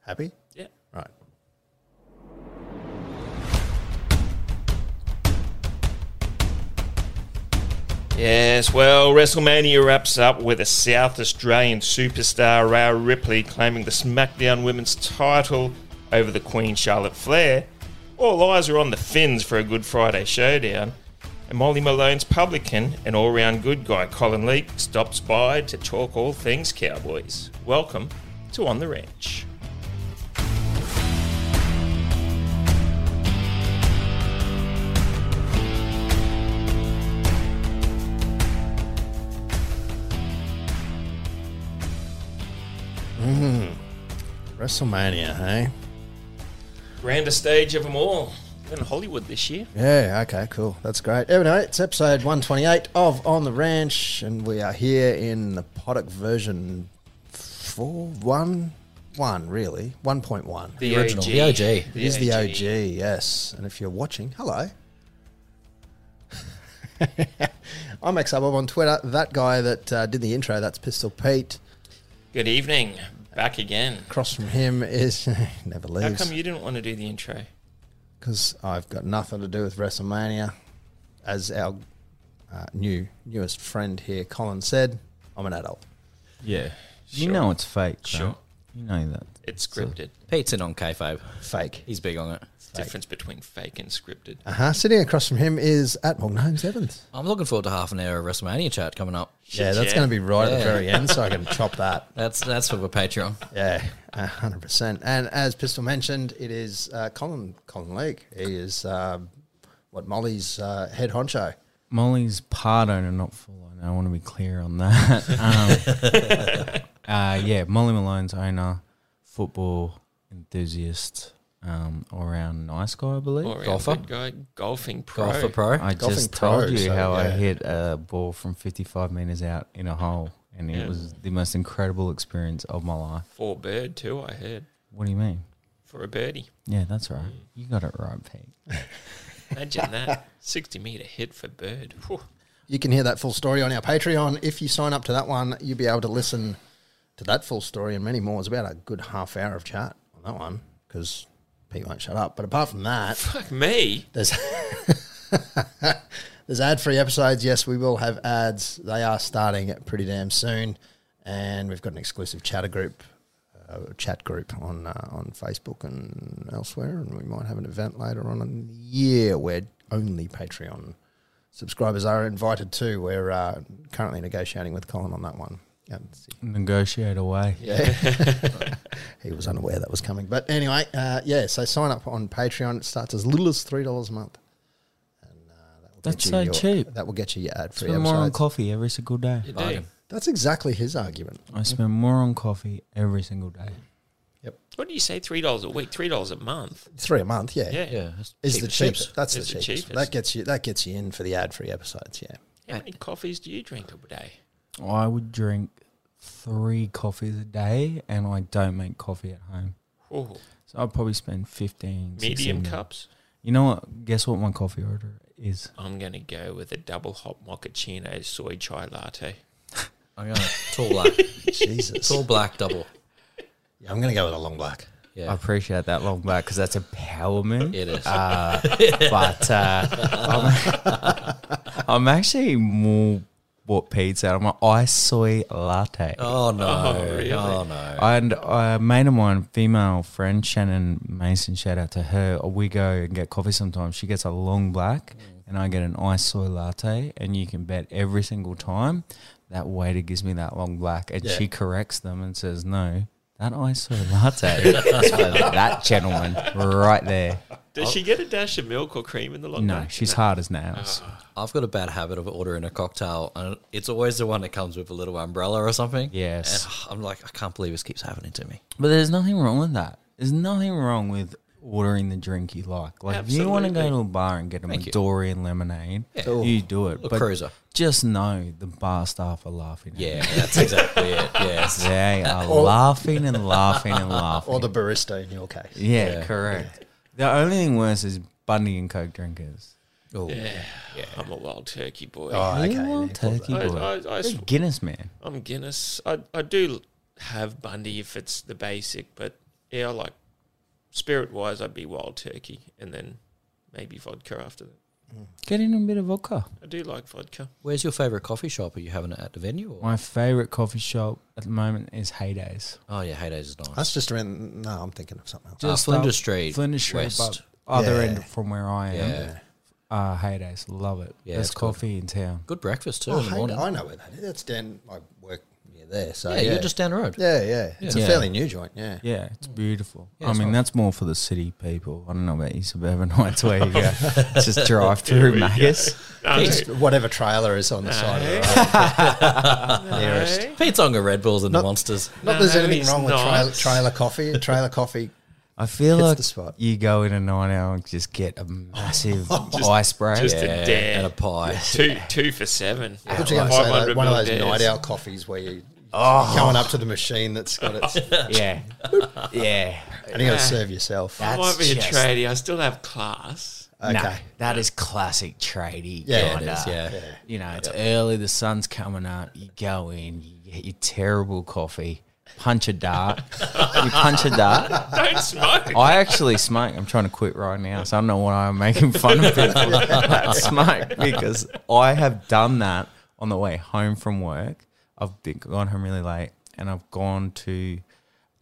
Happy? Yeah. Right. Yes, well, WrestleMania wraps up with a South Australian superstar, Rhea Ripley, claiming the SmackDown Women's title over the Queen Charlotte Flair. All eyes are on the Finns for a Good Friday showdown. And Molly Malone's publican and all round good guy, Colin Leake, stops by to talk all things Cowboys. Welcome to On the Ranch. WrestleMania, hey? Grandest stage of them all. In Hollywood this year. Yeah, okay, cool. That's great. Anyway, it's episode 128 of On the Ranch, and we are here in the Poddock version 411, really. 1.1. The, original, OG. the OG. It is the OG, yes. And if you're watching, hello. I'm XRBob on Twitter. That guy that uh, did the intro, that's Pistol Pete. Good evening. Back again. Across from him is never How leaves come you didn't want to do the intro? because I've got nothing to do with WrestleMania. As our uh, new newest friend here, Colin said, I'm an adult. Yeah. Sure. You know it's fake. Though. Sure. You know that. It's scripted. Pete's in on kayfabe. Fake. He's big on it. Difference between fake and scripted. Uh huh. Sitting across from him is at Morgan Holmes Evans. I'm looking forward to half an hour of WrestleMania chat coming up. Yeah, that's yeah. going to be right at the Yeah. very end, so I can chop that. That's that's for the Patreon. Yeah, a hundred percent. And as Pistol mentioned, it is uh, Colin Colin Leake. He is uh, what Molly's uh, head honcho. Molly's part owner, not full owner. I want to be clear on that. um, uh, yeah, Molly Malone's owner, football enthusiast, um, all around nice guy, I believe. Or Golfer? golfer, guy, golfing pro. Golf for pro. I golfing just pro, told you so, how I yeah. hit a ball from 55 meters out in a hole, and Yeah. it was the most incredible experience of my life. for bird too. I heard What do you mean? for a birdie. Yeah, that's right. You got it right, Pete. Imagine that sixty meter hit for bird. Whew. You can hear that full story on our Patreon. If you sign up to that one, you'll be able to listen to that full story and many more. It's about a good half hour of chat on that one because Pete won't shut up. But apart from that, Fuck me. there's there's ad free episodes. Yes, we will have ads. They are starting pretty damn soon, and we've got an exclusive chatter group, uh, chat group on uh, on Facebook and elsewhere. And we might have an event later on in the year where only Patreon subscribers are invited to. We're uh, currently negotiating with Colin on that one. And see Negotiate away. he was unaware that was coming. But anyway, uh, yeah, so sign up on Patreon. It starts as little as $3 a month. And uh, that will That's get you so your- cheap. That will get you your ad free Spend more on episodes. coffee every single day. You do. Bargain. That's exactly his argument. I spend more on coffee every single day. What do you say? Three dollars a week, three dollars a month. Three a month, yeah. Yeah. Yeah. Is the cheapest. That's It's the the cheapest. cheapest. That gets you that gets you in for the ad free episodes, yeah. How many coffees do you drink a day? I would drink three coffees a day, and I don't make coffee at home. Whew. So I'd probably spend 15, 16 Medium minutes. cups. You know what? Guess what my coffee order is? I'm gonna go with a double hop mochaccino soy chai latte. I'm going tall black. Jesus. tall black double. Yeah, I'm gonna go with a long black. I Yeah. appreciate that long back because that's empowerment. It is. Oh, Uh, but uh, I'm, I'm actually more what Pete said. I'm an ice soy latte. oh no. Oh, Oh, really? no. And a mate of mine, female friend Shannon Mason, shout out to her. We go and get coffee sometimes. She gets a long black, and I get an iced soy latte. And you can bet every single time that waiter gives me that long black, and Yeah. she corrects them and says, "No, that iced soy latte is for that gentleman right there." Does she get a dash of milk or cream in the long No, run? she's hard as nails. I've got a bad habit of ordering a cocktail, and it's always the one that comes with a little umbrella or something. Yes. And I'm like, I can't believe this keeps happening to me. But there's nothing wrong with that. There's nothing wrong with ordering the drink you like. Like if you want to go Absolutely. to a bar and get a Thank you. Midori and lemonade, you do it. A cruiser. Just know the bar staff are laughing. At Yeah, you. that's exactly it. Yes. they are laughing and laughing and laughing. Or the barista in your case. yeah, correct. The only thing worse is Bundy and Coke drinkers. Oh, I'm a wild turkey boy. Oh, okay. You want turkey I, boy. I, I, You're a Guinness man. I'm Guinness. I I do have Bundy if it's the basic, but yeah, like spirit wise, I'd be wild turkey and then maybe vodka after that. Get in a bit of vodka. I do like vodka. Where's your favorite coffee shop? Are you having it at the venue? Or? My favorite coffee shop at the moment is Heydays. Oh yeah, Heydays is nice. That's just around. No, I'm thinking of something else. Uh, Just Flinders up- Street, Flinders Street, West. but other Yeah. end from where I am. Yeah. Uh, Heydays, love it. Yeah, Best it's good. coffee in town. Good breakfast too Oh, in the hey, morning. I know where that is. That's down. I work near there. So yeah, yeah, you're just down the road. Yeah, yeah. It's Yeah. a fairly new joint. Yeah. Yeah, it's Mm. beautiful. Yeah, I it's mean, nice. that's more for the city people. I don't know about you suburbanites where you go. Just drive through we go. Magus. No, Just whatever trailer is on the side of the road. no. Pete's on the Red Bulls and the Not- Monsters. Not there's No, anything it's wrong with trailer, not. trailer coffee. Trailer coffee. I feel Hits like the spot. you go in a nine hour and just get a massive ice spray. just a yeah. Yeah, dare. and a pie. Two two for seven. I thought you were going to say that, 500 one of mil those night dares. owl coffees where you you're going up to the machine that's got it, Oh, yeah. yeah. and you got to serve yourself. That- Okay. I might be a That's just- tradie. I still have class. Nah, that is classic tradie. Yeah, it kinda. is, Yeah. You know, it's early, the sun's coming up, you go in, you get your terrible coffee, punch a dart. you punch a dart. Don't smoke. I actually smoke. I'm trying to quit right now, so I don't know why I'm making fun of people that smoke because I have done that on the way home from work. I've been gone home really late, and I've gone to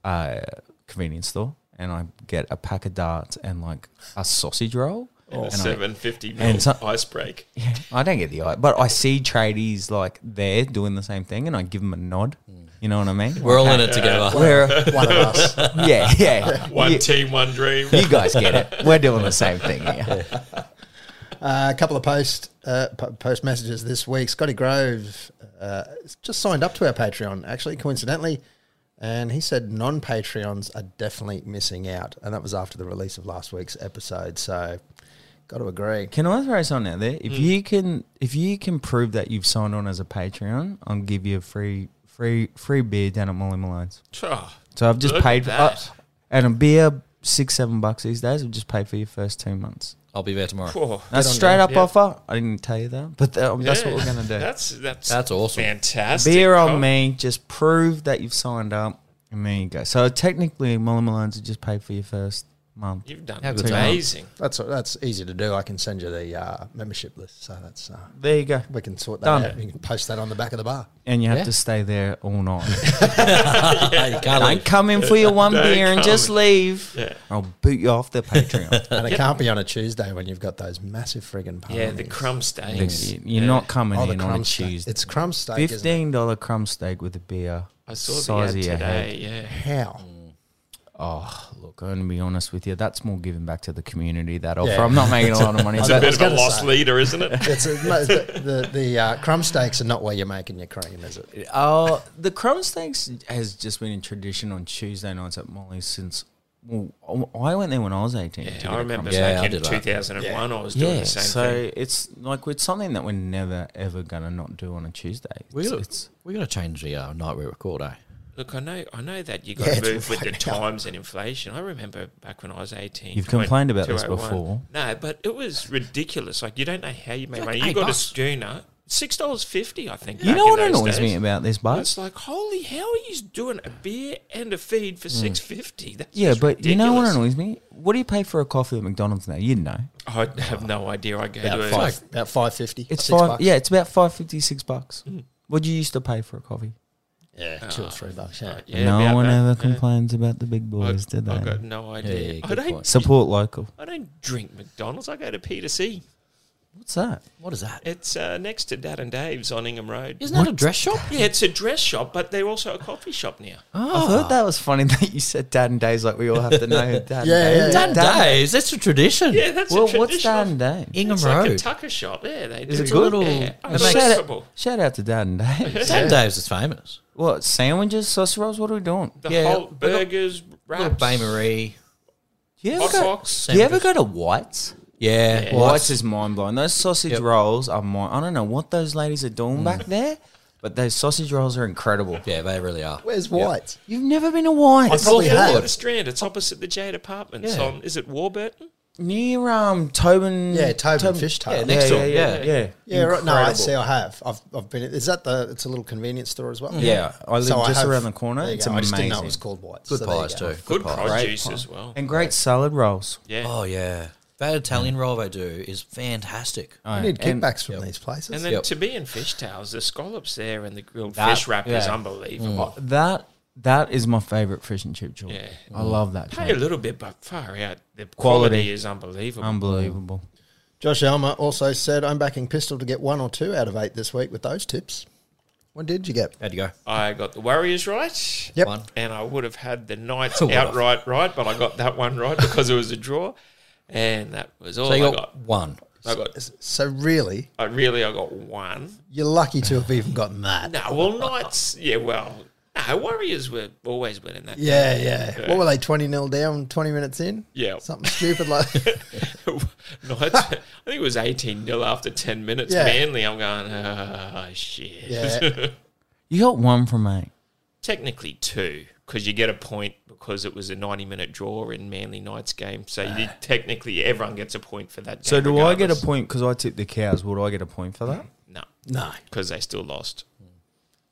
a convenience store and I get a pack of darts and like a sausage roll. Oh, A and I, 750 mil and so- ice break. I don't get the eye, but I see tradies like there doing the same thing, and I give them a nod. You know what I mean? We're all in it together. We're, one of us. yeah, yeah. One You- team, one dream. you guys get it. We're doing the same thing here. Uh, a couple of post uh, po- post messages this week. Scotty Grove uh, has just signed up to our Patreon, actually, coincidentally, and he said non Patreons are definitely missing out, and that was after the release of last week's episode. So, got to agree. Can I throw something out there? If Mm. you can, if you can prove that you've signed on as a Patreon, I'll give you a free, free, free beer down at Molly Malone's. Oh, So I've just Look at paid for uh, that. and a beer six, seven bucks these days. I've just paid for your first two months. I'll be there tomorrow. oh, That's on straight you. up Yeah. offer. I didn't tell you that, but that, that's what we're yeah. gonna do. That's that's That's awesome. Fantastic. beer on Col- me. Just prove that you've signed up, and there you go. So technically, Molly Malone's have just paid for your first month. You've done How good's that? amazing. That's that's easy to do. I can send you the uh, membership list, so that's uh, There you go, we can sort that Done. out. You can post that on the back of the bar. and you have Yeah. to stay there all night. You can't leave. Don't come in for your one Don't beer and come just in. leave. Yeah. I'll boot you off the Patreon. And it can't be on a Tuesday when you've got those massive friggin' parties. Yeah, the crumb stains. You're not coming Oh, the in on a crumb steak. Tuesday. It's crumb steak. isn't it? Fifteen dollar crumb steak with a beer. I saw the ad Size of your today. head. Yeah. How? Oh, look, I'm gonna be honest with you. That's more giving back to the community. That offer. Yeah. I'm not making a lot of money. It's but- I Bit was of a gonna lost say. leader, isn't it? It's a, no, the the, the uh, crumb steaks are not where you're making your cream, is it? Oh, the crumb steaks has just been in tradition on Tuesday nights at Molly's since. Well, I went there when I was eighteen. to get Yeah, a I crumb remember steak. Yeah, I back in did that. 2001, I was Yeah, doing the same so thing. it's like it's something that we're never ever gonna not do on a Tuesday. It's, We gotta, it's- we gotta change the uh, night we record, eh? Look, I know, I know that you Yeah, got to it's move with the right now. times and inflation. I remember back when I was 18. You've complained about this 201. before. No, but it was ridiculous. Like you don't know how you made Like money. eight you got bucks. a schooner, six dollars fifty, I think. you back know in what those annoys days. me about this, but It's like, holy, how are you doing a beer and a feed for six fifty? That's Hmm. Yeah, just but you know what ridiculous. annoys me? What do you pay for a coffee at McDonald's now? You know, I have no idea. I go to About a- five, about five fifty. it's six five. Bucks. Yeah, it's about five fifty six bucks. Mm. What do you used to pay for a coffee? yeah, two or Ah, three bucks. Yeah, yeah, no about one that. ever Yeah. complains about the big I- boys, did they? I got no idea. yeah, I good don't. point. Support local. I don't drink McDonald's. I go to Peter C. What's that? What is that? It's uh, next to Dad and Dave's on Ingham Road. Isn't that a dress shop? Yeah, it's a dress shop, but they're also a coffee shop now. I Ah. thought that was funny that you said Dad and Days like we all have to know who Dad Yeah, and Days. yeah, is. yeah. Dan Days. That's a tradition. Yeah, that's Well, a what's traditional. Dad and Days? Ingham It's like a Road. tucker shop. Yeah, they do. it good? Yeah, It makes- Shout unbelievable. out, shout out to Dad and Days. Dan Days is famous. what sandwiches, sausage rolls? What are we doing? The Yeah, whole we got burgers, Little wraps, Bay Marie. Do you ever hot go, box. do you ever go to Whites? Yeah. Yeah. Well, Whites is mind blowing. Those sausage Yep. rolls are mind. I don't know what those ladies are doing Mm. back there, but those sausage rolls are incredible. yeah, they really are. Where's White? You've never been to Whites. probably It's have. on the Strand. It's opposite the Jade Apartments. Yeah. On is it Warburton? near um Tobin. Yeah, Tobin Fish Tail. Yeah, next yeah, door, Yeah, yeah. yeah, yeah. Yeah, right. No, I Incredible. see. I have. I've, I've been. Is that the? It's a little convenience store as well. Yeah, I live So just have- around the corner. there you It's go. I just didn't know it amazing. was called White's. Good so there you pies go. too. Good pies. produce as well. and great salad rolls. Yeah. Oh yeah, that Italian roll they do is fantastic. We Oh, need and- kickbacks from these places. And then Yep. to be in fish towels, the scallops there and the grilled That- fish wrap is yeah. unbelievable. That that is my favorite fish and chip joint. Yeah. I love that. Pay a joint. little bit, but far out. The quality, Quality. Um, is unbelievable. Unbelievable. Josh Elmer also said, "I'm backing Pistol to get one or two out of eight this week with those tips." What did you get? How'd you go? I got the Warriors right. Yep. One. And I would have had the Knights What a- outright right, but I got that one right because it was a draw. And that was all So you I got, got. one. I got. So really, I really, I got one. you're lucky to have even gotten that. No, well, Knights. Yeah, well, no, Warriors were always winning that. Yeah, yeah. What were they? Twenty 0 down, twenty minutes in. Yeah. something stupid like. Knights. I think it was eighteen 0 after ten minutes. Yeah. Manly. I'm going. Oh shit. yeah, You got one from eight. Technically two, because you get a point because it was a ninety-minute draw in Manly Knights game. So you Ah. technically everyone gets a point for that. Game So do I get a regardless. point because I tipped the cows? Would I get a point for that? No, no. because they still lost.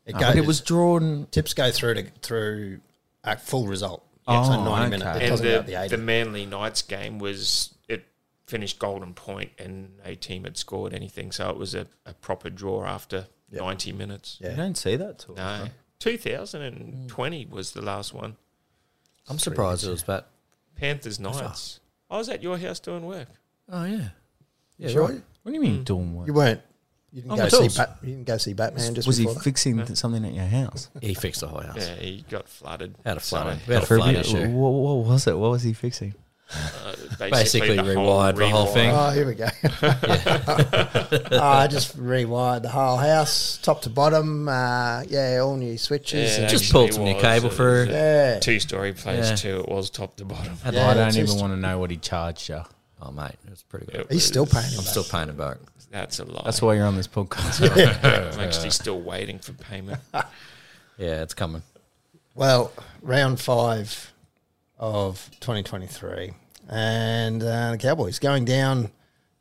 It, but goes- it was drawn. tips go through to through a full result. Yeah. It's a Oh, ninety okay. minute. It And doesn't go to the the, eighty. the Manly Knights game was it finished golden point, and no team had scored anything, so it was a, a proper draw after ninety minutes. Yeah. Uh-huh. You don't see that till. No, two thousand and twenty was the last one. I'm surprised it was that. Panthers Knights. I was at your house doing work. Oh yeah, yeah. Sure, right. What do you Mm. mean doing what? you weren't. You didn't On go the see. tools. Bat, you didn't go see Batman just Was he before that? fixing th- something at your house? He fixed the whole house. Yeah, he got flooded. Had a flood. So, We had a For a flood bit- issue. What, what was it? What was he fixing? uh, Basically rewired the whole thing. Oh, here we go. oh, I just rewired the whole house, top to bottom. Uh, yeah, all new switches. Yeah, and- Just pulled actually some new was, cable uh, through. Yeah. Two story place Yeah. too. It was top to bottom. Had Yeah. I light- don't even just- want to know what he charged you. Oh mate, it was pretty good. It He's still was- paying. I'm him still back. paying it back. That's a lie. That's why you're on this podcast. I'm actually still waiting for payment. Yeah, it's coming. Well, round five of 2023, and uh, the Cowboys going down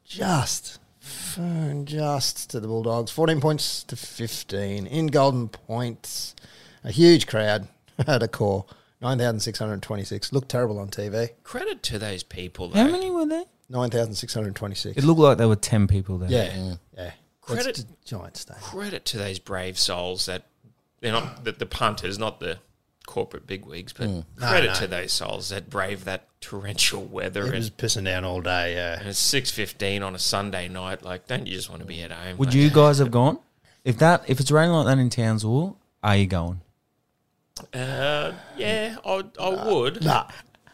just, f- just to the Bulldogs, 14 points to 15 in Golden Points. A huge crowd at a core, 9,626. Looked terrible on TV, Credit to those people. Though. How many were there? It 9,626. looked like there were ten people there. Yeah, yeah. Credit- It's a giant stain. credit to those brave souls that they're not the, the punters, not the corporate bigwigs, Hmm. but credit to those souls that brave that torrential weather It and, was pissing down all day. Yeah, and it's six fifteen on a Sunday night. Like, don't you just want to be at home? Would mate? you guys have gone? If that if it's raining like that in Townsville, are you going? Uh, yeah, I, I would. nah.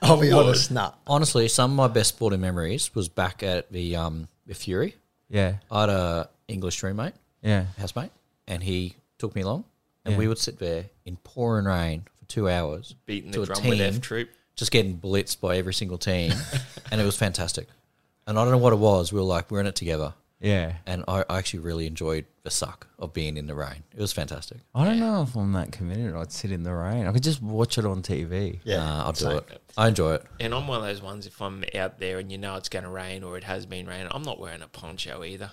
I'll be honest, nah. Honestly, some of my best sporting memories was back at the um the Fury. Yeah. I had a English roommate, Yeah. housemate, and he took me along, and Yeah. we would sit there in pouring rain for two hours, Beating to the a drum with team, F Troop. just getting blitzed by every single team, and it was fantastic. And I don't know what it was. We were like, we're in it together, Yeah. and I, I actually really enjoyed the suck of being in the rain. It was fantastic. I don't know if I'm that committed. I'd sit in the rain. I could just watch it on TV. Yeah, Nah, Uh, I'll do same. it. I enjoy it. And I'm one of those ones, if I'm out there and you know it's going to rain or it has been raining, I'm not wearing a poncho either.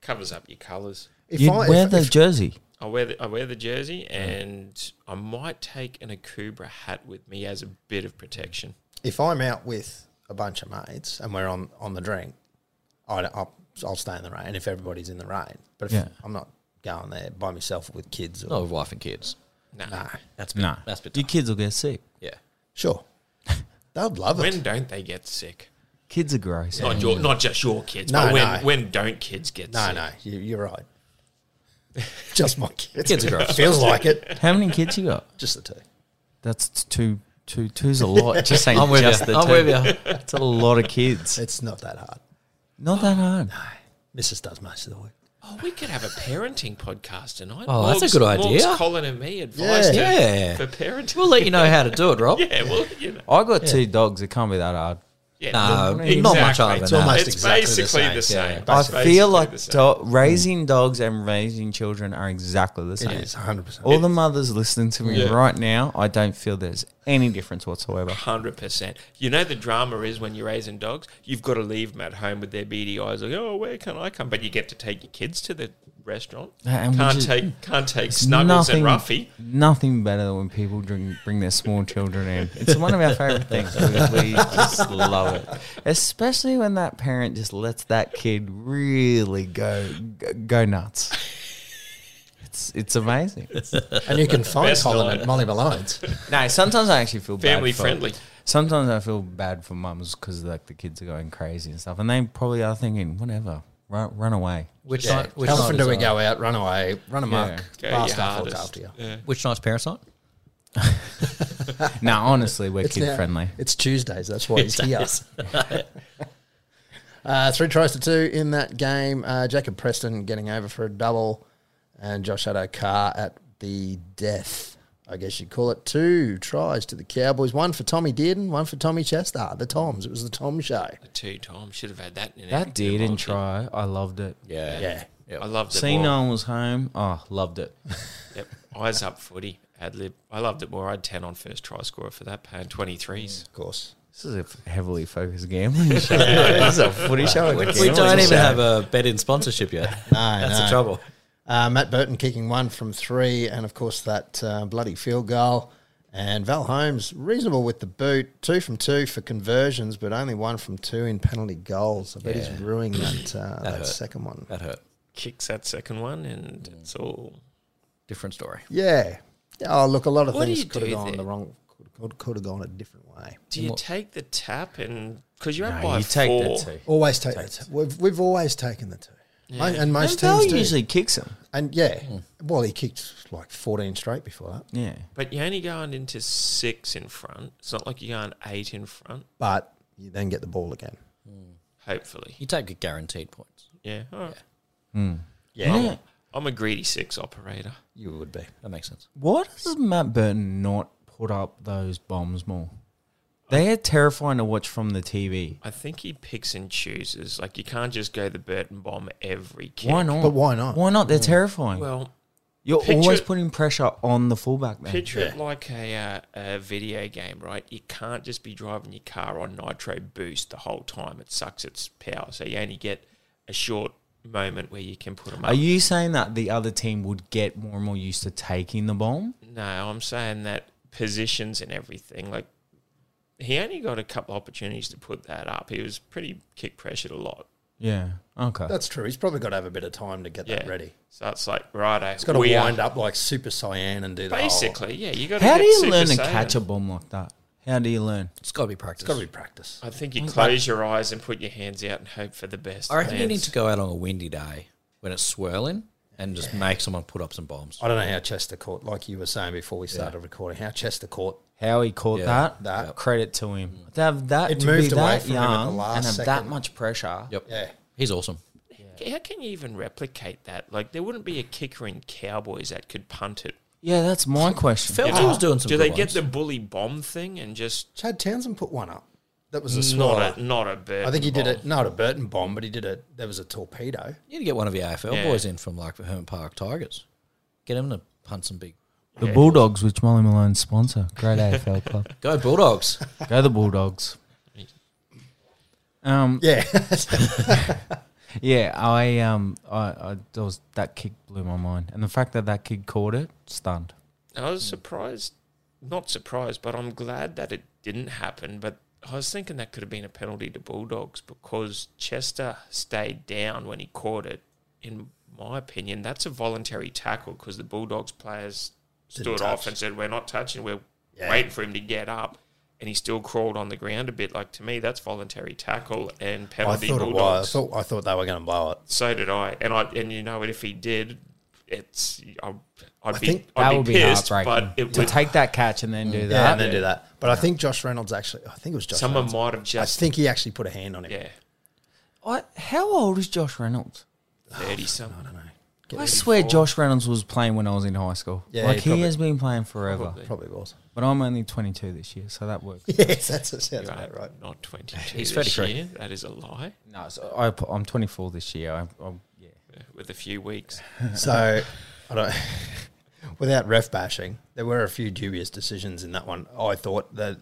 Covers up your colours. If You'd I- wear if- the if- jersey. I wear the, I wear the jersey, and I might take an Akubra hat with me as a bit of protection. if I'm out with a bunch of mates and we're on, on the drink, I will I'll stay in the rain if everybody's in the rain. But if Yeah. I'm not going there by myself with kids, or, Not with wife and kids. No, That's been, No. That's been Your kids will get sick. yeah. sure, they'd love it. when don't they get sick? Kids are gross. Not your, not just your kids, No, but when no. when don't kids get no, sick? no, you, you're right. Just my kids. Kids are gross. Feels like it. How many kids you got? Just the two. That's t- two two two's a lot. Just saying I'm with just you. the I'm two. with you. That's a lot of kids. It's not that hard. Not that hard. Mrs. does most of the work. Oh, we could have a parenting podcast tonight. Oh, that's a good Morgs, idea. Colin and me Yeah. advice to- Yeah. for parenting. We'll let you know how to do it, Rob. yeah, well, you know, I got two dogs. It can't be that hard. Yeah, Nah, the- not much other than It's almost that. almost it's exactly the basically the same, yeah. same. I It's feel basically like the same. do- raising dogs and raising children are exactly the same. It's 100%. All the mothers listening to me Yeah. right now, I don't feel there's any difference whatsoever. Hundred percent. You know the drama is when you're raising dogs, you've got to leave them at home with their beady eyes, like, oh, where can I come? But you get to take your kids to the restaurant. Uh, and we can't just- take can't take It's Snuggles and Ruffy. Nothing better than when people bring, bring their small children in. It's one of our favorite things. We, we just love it, especially when that parent just lets that kid really go go- go nuts. It's it's amazing. And you can find Best Colin night. at Molly Malone's. No, sometimes I actually feel bad Family for- friendly. Sometimes I feel bad for mums because like the kids are going crazy and stuff, and they probably are thinking, whatever, run, run away. Which Yeah. night? Which How night often is do we on? go out, run away, run amok, Go yeah. last your half looks hardest. after you? Yeah. Which night's parents' night? No, honestly, we're kid now- friendly. It's Tuesdays. That's why he's here. uh, three tries to two in that game. Uh, Jacob Preston getting over for a double, and Josh Addo Carr at the death. I guess you'd call it two tries to the Cowboys. One for Tommy Dearden, one for Tommy Chester. The Toms. It was the Tom show. Two Tom should have had that. In That didn't try. I loved it. Yeah. Yeah. I loved it. Seeing more. no one was home. Oh, loved it. Yep. Eyes up footy. Ad lib. I loved it more. I had ten on first try scorer for that paying twenty Mm. threes. Of course. This is a f- heavily focused gambling show. this is a footy show. We We don't even have a bet in sponsorship yet. No, That's no. the trouble. Uh, Matt Burton kicking one from three, and of course that uh, bloody field goal. And Val Holmes reasonable with the boot, two from two for conversions, but only one from two in penalty goals. I bet Yeah. he's ruining that uh, that, hurt. second one. That hurt. Kicks that second one, and Mm. it's all. Different story. Yeah. Oh, look, a lot of What do things you could have do gone the there? wrong, could, could, could have gone a different way. Do you take the tap and because you're up No, by you take four? that too. Always take the two. We've we've always taken the two, Mo- and And most Val teams do. usually kicks him. And yeah, well, he kicked like fourteen straight before that, Yeah. But you're only going into six in front. It's not like you're going eight in front. but you then get the ball again. Hopefully, You take guaranteed points. yeah. All right. Mm. Yeah, I'm, I'm a greedy six operator. you would be. That makes sense. Why does Matt Burton not put up those bombs more? They are terrifying to watch from the TV. I think he picks and chooses. Like you can't just go the Burton bomb every kick. Why not? But why not? Why not? They're terrifying. Well, You're picture- always putting pressure on the fullback then. picture it like a, uh, a video game, right? You can't just be driving your car on nitro boost the whole time. It sucks its power, so you only get a short moment where you can put them up. Are you saying that the other team would get more and more used to taking the bomb? No, I'm saying that positions and everything. Like he only got a couple opportunities to put that up. He was pretty kick pressured a lot. Yeah. Okay. That's true. He's probably got to have a bit of time to get Yeah, that ready. So it's like righto. It's got to wind up like Super Cyan and do the Whole, Basically, yeah. You got. How do you learn to catch a bomb like that? How do you learn? It's got to be practice. it's got to be practice. I think you close your eyes and put your hands out and hope for the best. I reckon you need Lance. to go out on a windy day when it's swirling and just make someone put up some bombs. I don't know how Chester caught, like you were saying before we started recording, how Chester caught. How he caught Yeah, that, that. Yep. credit to him. To have that, It to moved be away that from him at the young last and have that second. much pressure. Yep. Yeah. He's awesome. How can you even replicate that? Like there wouldn't be a kicker in Cowboys that could punt it. Yeah, that's my question. Felt was doing some Do they good get ones. the bully bomb thing and just Chad Townsend put one up. That was a not a smaller. not a bird? I think he did bomb? it, not a Burton bomb, but he did it. There was a torpedo. You need to get one of the AFL Yeah. boys in from like the Hermit Park Tigers. Get him to punt some big. The Bulldogs, which Molly Malone sponsor, great AFL club. Go Bulldogs. Go the Bulldogs. Um, Yeah. yeah, I um, I, I there was that kick blew my mind, and the fact that that kid caught it stunned. I was surprised, not surprised, but I'm glad that it didn't happen. But I was thinking that could have been a penalty to Bulldogs because Chester stayed down when he caught it. In my opinion, that's a voluntary tackle because the Bulldogs players stood off touch. and said, We're not touching, we're Yeah. waiting for him to get up. And he still crawled on the ground a bit. Like to me, that's voluntary tackle and I penalty thought it was. Bulldogs. I thought, I thought they were going to blow it. So did I. And I and you know what? If he did, it's I'd, I'd be think That I'd would be be pissed, heartbreaking but it to would take that catch and then do Mm. Yeah, that. and then do that. But I think Josh Reynolds actually, I think it was Josh Someone Reynolds. might have I just think he actually put a hand on it. yeah, I, how old is Josh Reynolds? thirty something. I don't know. Get I rid of swear four. Josh Reynolds was playing when I was in high school. Yeah, like he he, probably- has been playing forever. Probably. probably was. But I'm only 22 this year, so that works. Yes, that's that sounds You about are right. not 22 He's this 33. year. That is a lie. no, so I, I'm 24 this year. I, I'm, yeah. Yeah, With a few weeks. So, I don't. Without ref bashing, there were a few dubious decisions in that one. I thought that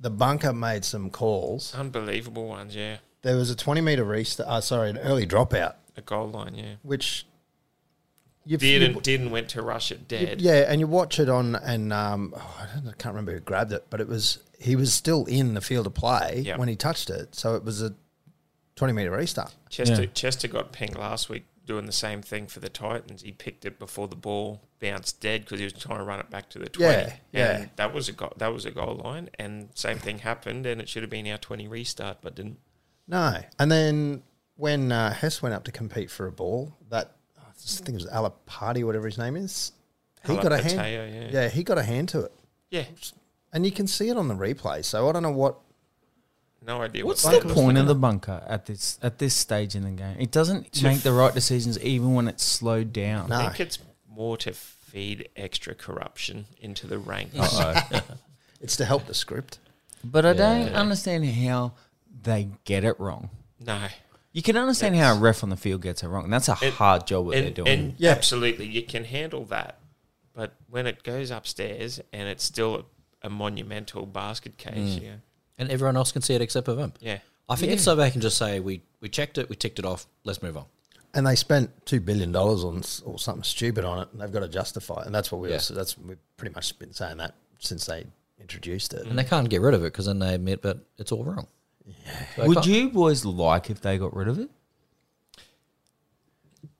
the bunker made some calls. Unbelievable ones, yeah. There was a twenty meter restart. Uh, sorry, an early dropout, A goal line, yeah. which you Didn't, didn't went to rush it dead. Yeah, and you watch it on, and um, oh, I, don't, I can't remember who grabbed it, but it was he was still in the field of play Yep. when he touched it, so it was a twenty meter restart. Chester Yeah. Chester got pinged last week doing the same thing for the Titans. He picked it before the ball bounced dead because he was trying to run it back to the twenty. Yeah, yeah. And that was a go- that was a goal line, and same thing happened, and it should have been our twenty restart, but didn't. No, and then when uh, Hess went up to compete for a ball, that I just think it was Alaparty, whatever his name is, he got a hand. Halapateo, yeah. yeah, he got a hand to it, Yeah, and you can see it on the replay. So I don't know what no idea. What's what the that was. point of the bunker at this at this stage in the game? It doesn't make the right decisions even when it's slowed down. No. I think it's more to feed extra corruption into the ranks. Oh. it's to help the script. But I don't understand how they get it wrong. No, You can understand how a ref on the field gets it wrong. That's a And- hard job what they're and, doing. and Yeah. absolutely, you can handle that. But when it goes upstairs and it's still a, a monumental basket case, Mm. yeah, And everyone else can see it except for them. yeah. I think if so they can just say we we checked it, we ticked it off, let's move on. And they spent two billion dollars on s- or something stupid on it, and they've got to justify it. And that's what we Yeah. were, so that's we've pretty much been saying that since they introduced it. Mm. And they can't get rid of it because then they admit that it's all wrong. They Would can't. you boys like if they got rid of it?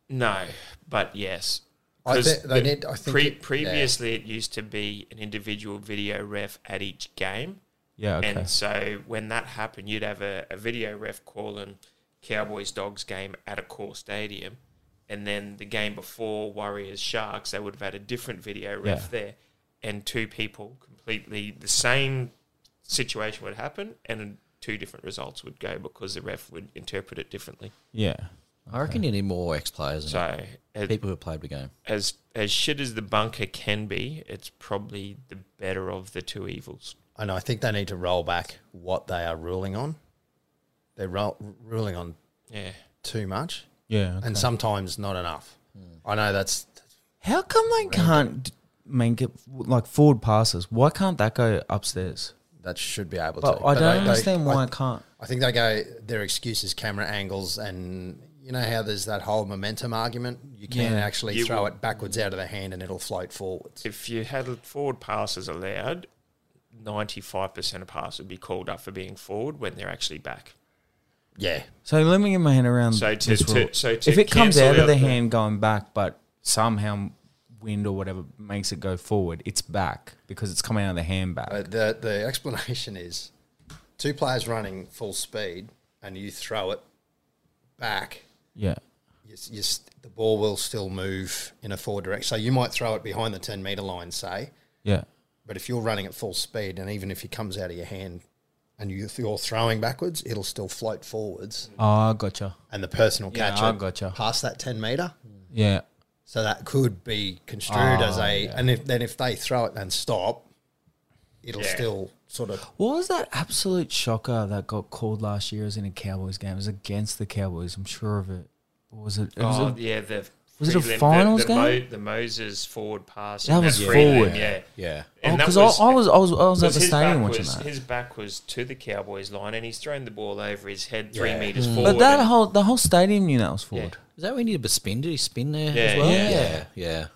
No, but yes. I 'Cause think they the- need. I think pre- it- previously, it used to be an individual video ref at each game, Yeah, okay. and so when that happened, you'd have a, a video ref calling Cowboys Dogs game at a core stadium, and then the game before Warriors Sharks, they would have had a different video ref Yeah. there, and two people completely the same situation would happen, and two different results would go because the ref would interpret it differently. yeah. I reckon you need more ex players and So it- people who played the game. as as shit as the bunker can be, it's probably the better of the two evils. And I think they need to roll back what they are ruling on. They're ro- ruling on Yeah. too much, Yeah. and sometimes not enough. Hmm. I know that's How come they can't d- make it like forward passes? Why can't that go upstairs? that should be able But to. I don't they- they- understand why I, I can't. I think they go their excuses, camera angles, and you know how there's that whole momentum argument. You can Yeah. actually You throw will- it backwards out of the hand, and it'll float forwards. If you had forward passes allowed, ninety five percent of passes would be called up for being forward when they're actually back. Yeah, So let me get my hand around. So to- this to- rule. so to if it comes cancel out out of the the- hand going back, but somehow wind or whatever makes it go forward, it's back because it's coming out of the hand back. But Uh, the the explanation is two players running full speed, and you throw it back. yeah. You, s- you, s- the ball will still move in a forward direction. So you might throw it behind the ten meter line, say, Yeah. but if you're running at full speed, and even if it comes out of your hand, and you, you're throwing backwards, it'll still float forwards, Oh, I gotcha. and the person will Yeah, catch I it gotcha. past that ten meter. Yeah. So that could be construed Ah, as a, and if then if they throw it and stop, it'll Yeah. still sort of What was that absolute shocker that got called last year? It was in a Cowboys game. It was against the Cowboys. I'm sure of it. What was it? it was oh a- yeah, the Was it a prelim- the- finals the game? the Moses forward pass. That in was prelim, forward. yeah. Yeah. Oh, And that because I, I was I was I was at the his stadium back watching was, that. His back was to the Cowboys line, and he's thrown the ball over his head three Yeah. meters forward. Mm. but that and- whole the whole stadium knew that was forward. Is that when you did a spin? Did he spin there Yeah, as well? yeah. yeah. Yeah.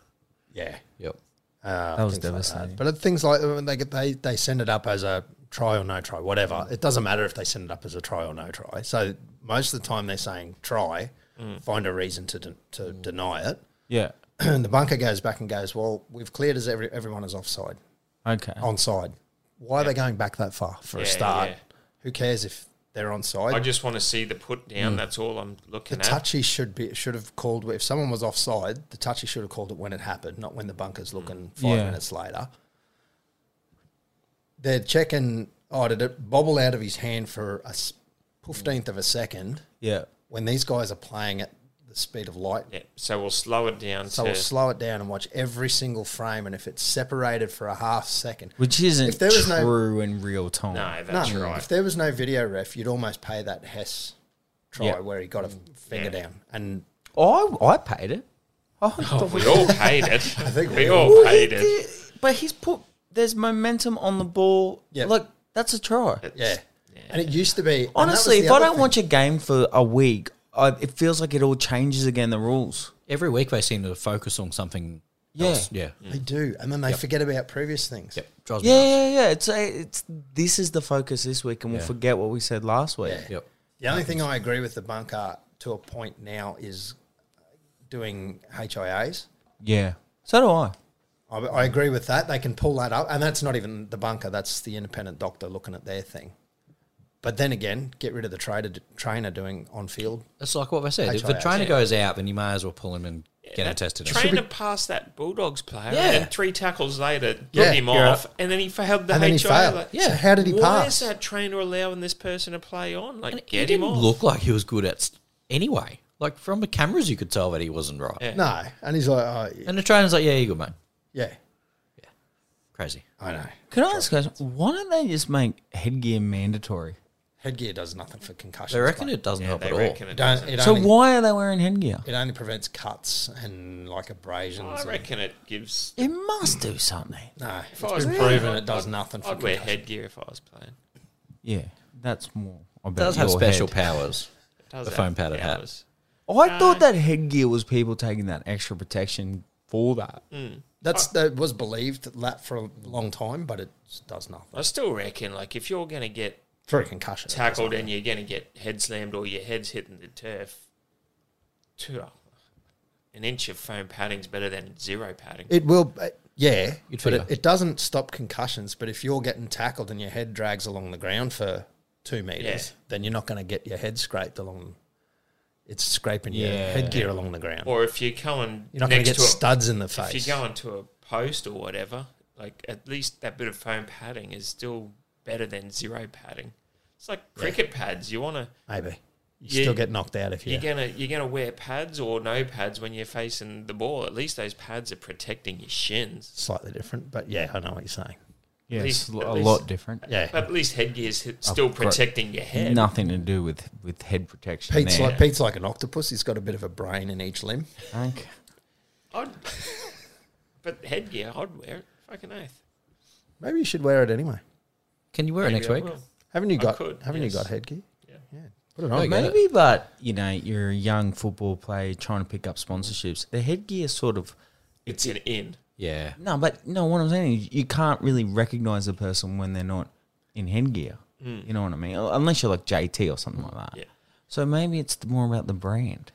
yeah. Yep. Uh, That was things like devastating. But it- things like when they get they they send it up as a try or no try, whatever. Mm. It doesn't matter if they send it up as a try or no try. So most of the time they're saying try, find a reason to de- to Mm. deny it. Yeah. And the bunker goes back and goes, well, we've cleared as every, everyone is offside, Okay. onside. Why are they going back that far for a Yeah, start? yeah. Who cares if they're onside? I just want to see the put Mm. down. That's all I'm the looking at. touchy should be should have called if someone was offside. The touchy should have called it when it happened, not when the bunker's Mm. looking five Yeah. minutes later. They're checking. Oh, did it bobble out of his hand for a fifteenth of a second? Yeah. When these guys are playing it, the speed of light. Yeah, so we'll slow it down So to we'll slow it down and watch every single frame. And if it's separated for a half second, Which isn't If there was no- true in real time. no, no, that's right. if there was no video ref, you'd almost pay that Hess try Yeah. where he got a finger Yeah. down. And I I paid it. I Oh, we all paid it. I think we, we all Well, he paid it. did- but he's put there's momentum on the ball. Yeah. Look, that's a try. yeah. And it used to be. and that was Honestly, the if I other don't thing. watch a game for a week, I, it feels like it all changes again. The rules. Every week they seem to focus on something. Yeah. else. yeah, They do, and then they forget about previous things. yep. Drives me Yeah, nuts. yeah, yeah. It's uh, it's this is the focus this week, and we'll Yeah. forget what we said last week. Yeah. Yep. The only thing I agree with the bunker to a point now is doing HIAs. Yeah. So do I. I, I agree with that. They can pull that up, and that's not even the bunker. That's the independent doctor looking at their thing. But then again, get rid of the trader, trainer doing on field. It's like what I said. If the HIAs, trainer yeah. goes out, then you may as well pull him and get him tested. Trying to pass that Bulldogs player, Yeah. and three tackles later, got Yeah, him you're off, and then he failed the And then he HIA. failed. Like, Yeah. So how did he why pass? is that trainer allowing this person to play on? Like, he get him didn't off. look like he was good at s- anyway. Like from the cameras, you could tell that he wasn't right. Yeah. No, and he's like, oh, And the trainer's like, "Yeah, you good, mate. yeah, Crazy." I know. Can I ask a question? Why don't they just make headgear mandatory? Headgear does nothing for concussions. They reckon but it doesn't help They at all. reckon it don't. doesn't. It So only, why are they wearing headgear? It only prevents cuts and like abrasions. I and- reckon it gives. It must do something. no, If I it's was been playing, proven it does I'd- nothing for I'd wear concussions. headgear if I was playing. Yeah, that's more. About does have your special head. powers. Does The that foam padded hat. hours. Oh, I thought Uh, that headgear was people taking that extra protection for that. Mm. That's that was believed that for a long time, but it does nothing I still reckon, like, if you're going to get for a concussion. tackled and you're going to get head slammed or your head's hitting the turf, two, an inch of foam padding's better than zero padding. It will, uh, yeah, You'd but it, figure. it doesn't stop concussions. But if you're getting tackled and your head drags along the ground for two meters, Yeah. then you're not going to get your head scraped along. It's scraping your Yeah. headgear along the ground. or if you're coming You're not going next to get to a studs in the face. if you're going to a post or whatever, like at least that bit of foam padding is still better than zero padding. It's like cricket pads. You wanna Maybe you Yeah. still get knocked out if you. you're gonna you're gonna wear pads or no pads when you're facing the ball. At least those pads are protecting your shins. slightly different, but yeah, I know what you're saying. Yeah, least- it's a lo- at a least- lot different. Yeah, But at least headgear's hit- still got- protecting your head. Nothing to do with with head protection. Pete's there. like Pete's like an octopus. He's got a bit of a brain in each limb. Okay. I'd, but headgear, I'd wear it. Fucking oath. Maybe you should wear it anyway. Can you wear it next Maybe I week? will. Haven't you I got? could, haven't yes. you got headgear? Yeah. Put it Oh, on. yeah. Maybe, but you know, you're a young football player trying to pick up sponsorships. The headgear sort of It's an in. Yeah. no, but no. What I'm saying is, you can't really recognize a person when they're not in headgear. You know what I mean? Unless you're like JT or something like that. Mm. Yeah. So maybe it's more about the brand.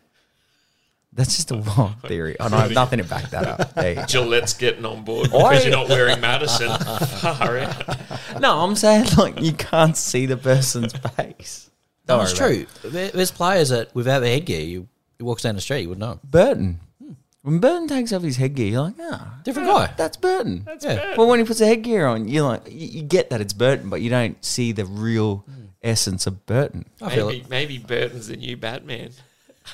That's just a wild theory. I know nothing to back that up. There you go. Gillette's getting on board because you're not wearing Madison. Far out. No, I'm saying like you can't see the person's face. No, it's true. There- There's players that without the headgear, you, he walks down the street, you would know. Burton. When Burton takes off his headgear, you're like, ah, Different guy. that's Burton. That's Yeah. Burton. But when he puts the headgear on, you're like, you, you get that it's Burton, but you don't see the real essence of Burton. I feel Maybe, it. maybe Burton's the new Batman.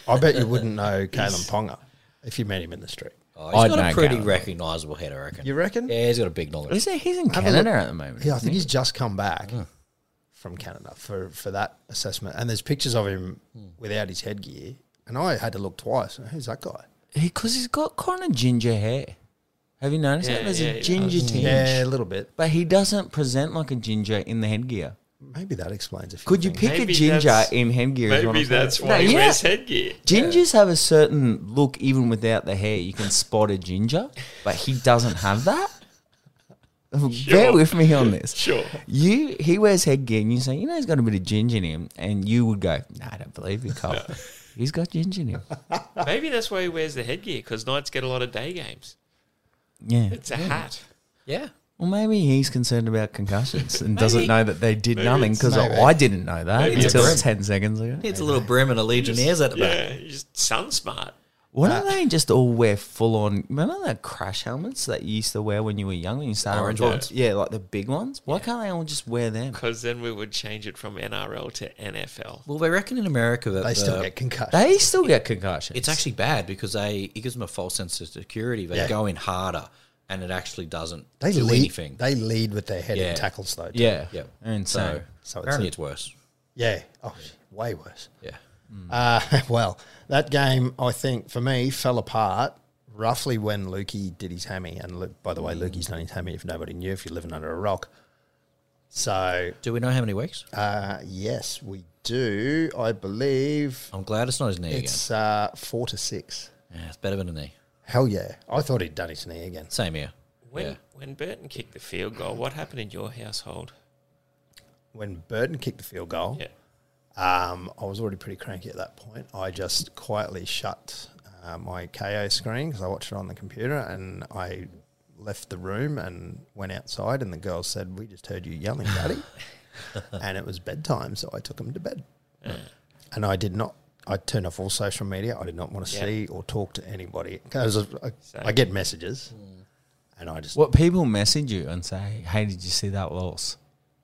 I bet you wouldn't know Kalen Ponga if you met him in the street. Oh, he's I'd got know a pretty Gallagher. recognisable head, I reckon. You reckon? Yeah, he's got a big knowledge. Is he, he's in a Canada look. at the moment. Yeah, I think he's just come back from Canada for, for that assessment. And there's pictures of him without his headgear. And I had to look twice. Who's that guy? Because he, has got kind of ginger hair. Have you noticed Yeah, that? There's yeah, a he ginger does. tinge. Yeah, a little bit. But he doesn't present like a ginger in the headgear. Maybe that explains a few Could you things. pick Maybe a ginger that's- in headgear? is what Maybe I'm saying. that's No, why he yeah. wears headgear. Gingers have a certain look even without the hair. You can spot a ginger, but he doesn't have that. Bear with me on this. Sure. You he wears headgear and you say, you know he's got a bit of ginger in him and you would go, No, I don't believe you, Carl. He's got ginger in him. Maybe that's why he wears the headgear because Knights get a lot of day games. Yeah. It's a hat. Yeah. Well maybe he's concerned about concussions and doesn't know that they did nothing because Maybe. I didn't know that Maybe until it's- ten seconds ago. He needs a little brim and a Legionnaires at the back. Yeah, he's sun smart. Why Uh, don't they just all wear full on? Remember the crash helmets that you used to wear when you were young when you started? Orange on- ones? Yeah, like the big ones. Why can't they all just wear them? Because then we would change it from NRL to NFL. Well, they reckon in America that They still the- get concussions. They still get concussions. it's actually bad because they it gives them a false sense of security. They Yeah. go in harder, and it actually doesn't They do lead. anything. They lead with their head Yeah. in tackles though. too. yeah, yeah, They're insane. So So, it's a- apparently it's worse. Yeah. Oh, way worse. Yeah, Uh, well, that game I think for me fell apart roughly when Lukey did his hammy. And Lu- by the way, Lukey's done his hammy. If nobody knew, if you're living under a rock. So do we know how many weeks? uh, yes, we do. I believe I'm glad it's not his knee it's uh, four to six. again. Yeah, it's better than a knee. Hell yeah! I thought he'd done his knee again. Same here. When Yeah. when Burton kicked the field goal, what happened in your household? When Burton kicked the field goal, Yeah. Um, I was already pretty cranky at that point. I just quietly shut uh, my KO screen because I watched it on the computer and I left the room and went outside. And the girls said, We just heard you yelling, Daddy. and it was bedtime, so I took them to bed. and I did not. I turned off all social media. I did not want to Yeah. see or talk to anybody because I, I get messages, and I just What people message you and say, "Hey, did you see that loss?"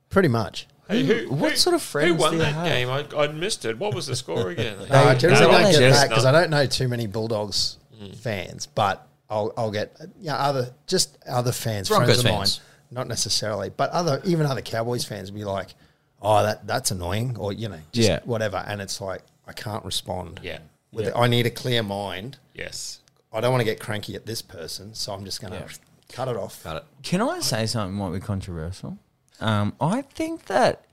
pretty much. Hey, who, what sort of friends Who won do you that have? game? I, I missed it. What was the score again? No, I generally no, don't I get just- that because I don't know too many Bulldogs fans, but I'll, I'll get yeah other just other fans, friends Broncos of fans. mine, not necessarily, but other even other Cowboys fans be like, oh that that's annoying or you know just Yeah. whatever, and it's like I can't respond. Yeah. with it. I need a clear mind. Yes. I don't want to get cranky at this person, so I'm just gonna cut it off. Got it. Can I say something might be controversial? Um, I think that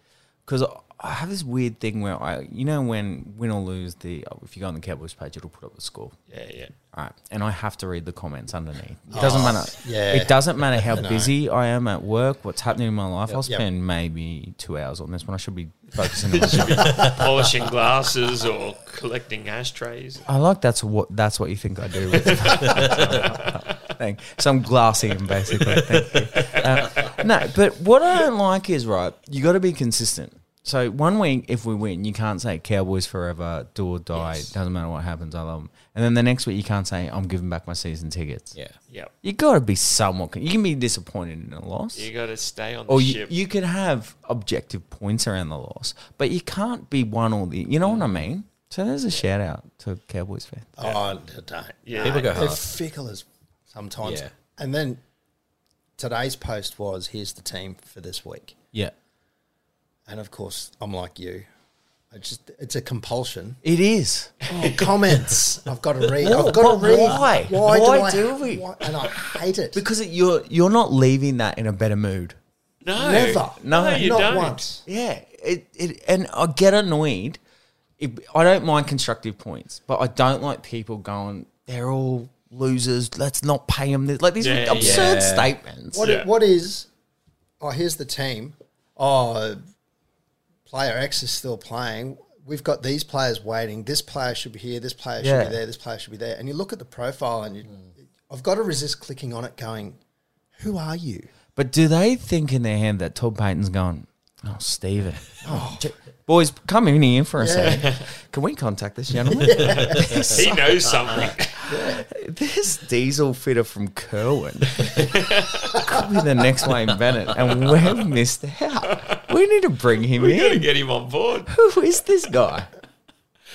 because I have this weird thing where I, you know, when win or lose, the if you go on the Cowboys page, it'll put up the score. Yeah, yeah. All right, and I have to read the comments underneath. It doesn't matter. Oh, yeah. It doesn't matter how busy I am at work, what's happening in my life. I'll Yep. spend maybe two hours on this one. I should be focusing on myself. Polishing glasses or collecting ashtrays. I like that's what that's what you think I do. With Thank- so I'm glassing him basically. Thank you. Uh, no, but what I don't like is right. You got to be consistent. So one week, if we win, you can't say Cowboys forever, do or die. Doesn't matter what happens, I love them. And then the next week, you can't say I'm giving back my season tickets. Yeah. Yep. You got to be somewhat. con- You can be disappointed in a loss, You got to stay on the or Oh, you, ship. you could have objective points around the loss, but you can't be one or the. You know what I mean? So there's a shout out to Cowboys fans. Oh, I don't. Yeah. People go They're hard. fickle as sometimes. Yeah. And then today's post was, here's the team for this week. Yeah. And of course, I'm like you. I just it's a compulsion. It is. Oh, comments. I've got to read. I've What? got to But read. why? Why, Why do, I, do we? why- and I hate it. Because it, you're you're not leaving that in a better mood. no. never. No, No, you not don't. once. Yeah. It, it and I get annoyed. It, I don't mind constructive points, but I don't like people going. They're all losers. Let's not pay them. This. Like these Yeah, absurd yeah. statements. What, Yeah. what is? Oh, here's the team. Oh, player X is still playing. We've got these players waiting. This player should be here. This player should Yeah. Hmm. be there. This player should be there. And you look at the profile, and you, I've got to resist clicking on it. Going, who are you? But do they think in their head that Todd Payton's going? Oh, Steven. Oh, j- boys, come in here for a second. Can we contact this gentleman? He knows something. This diesel fitter from Kerwin could be the next Wayne Bennett, and we're missed out. We need to bring him we got to in. get him on board. Who is this guy?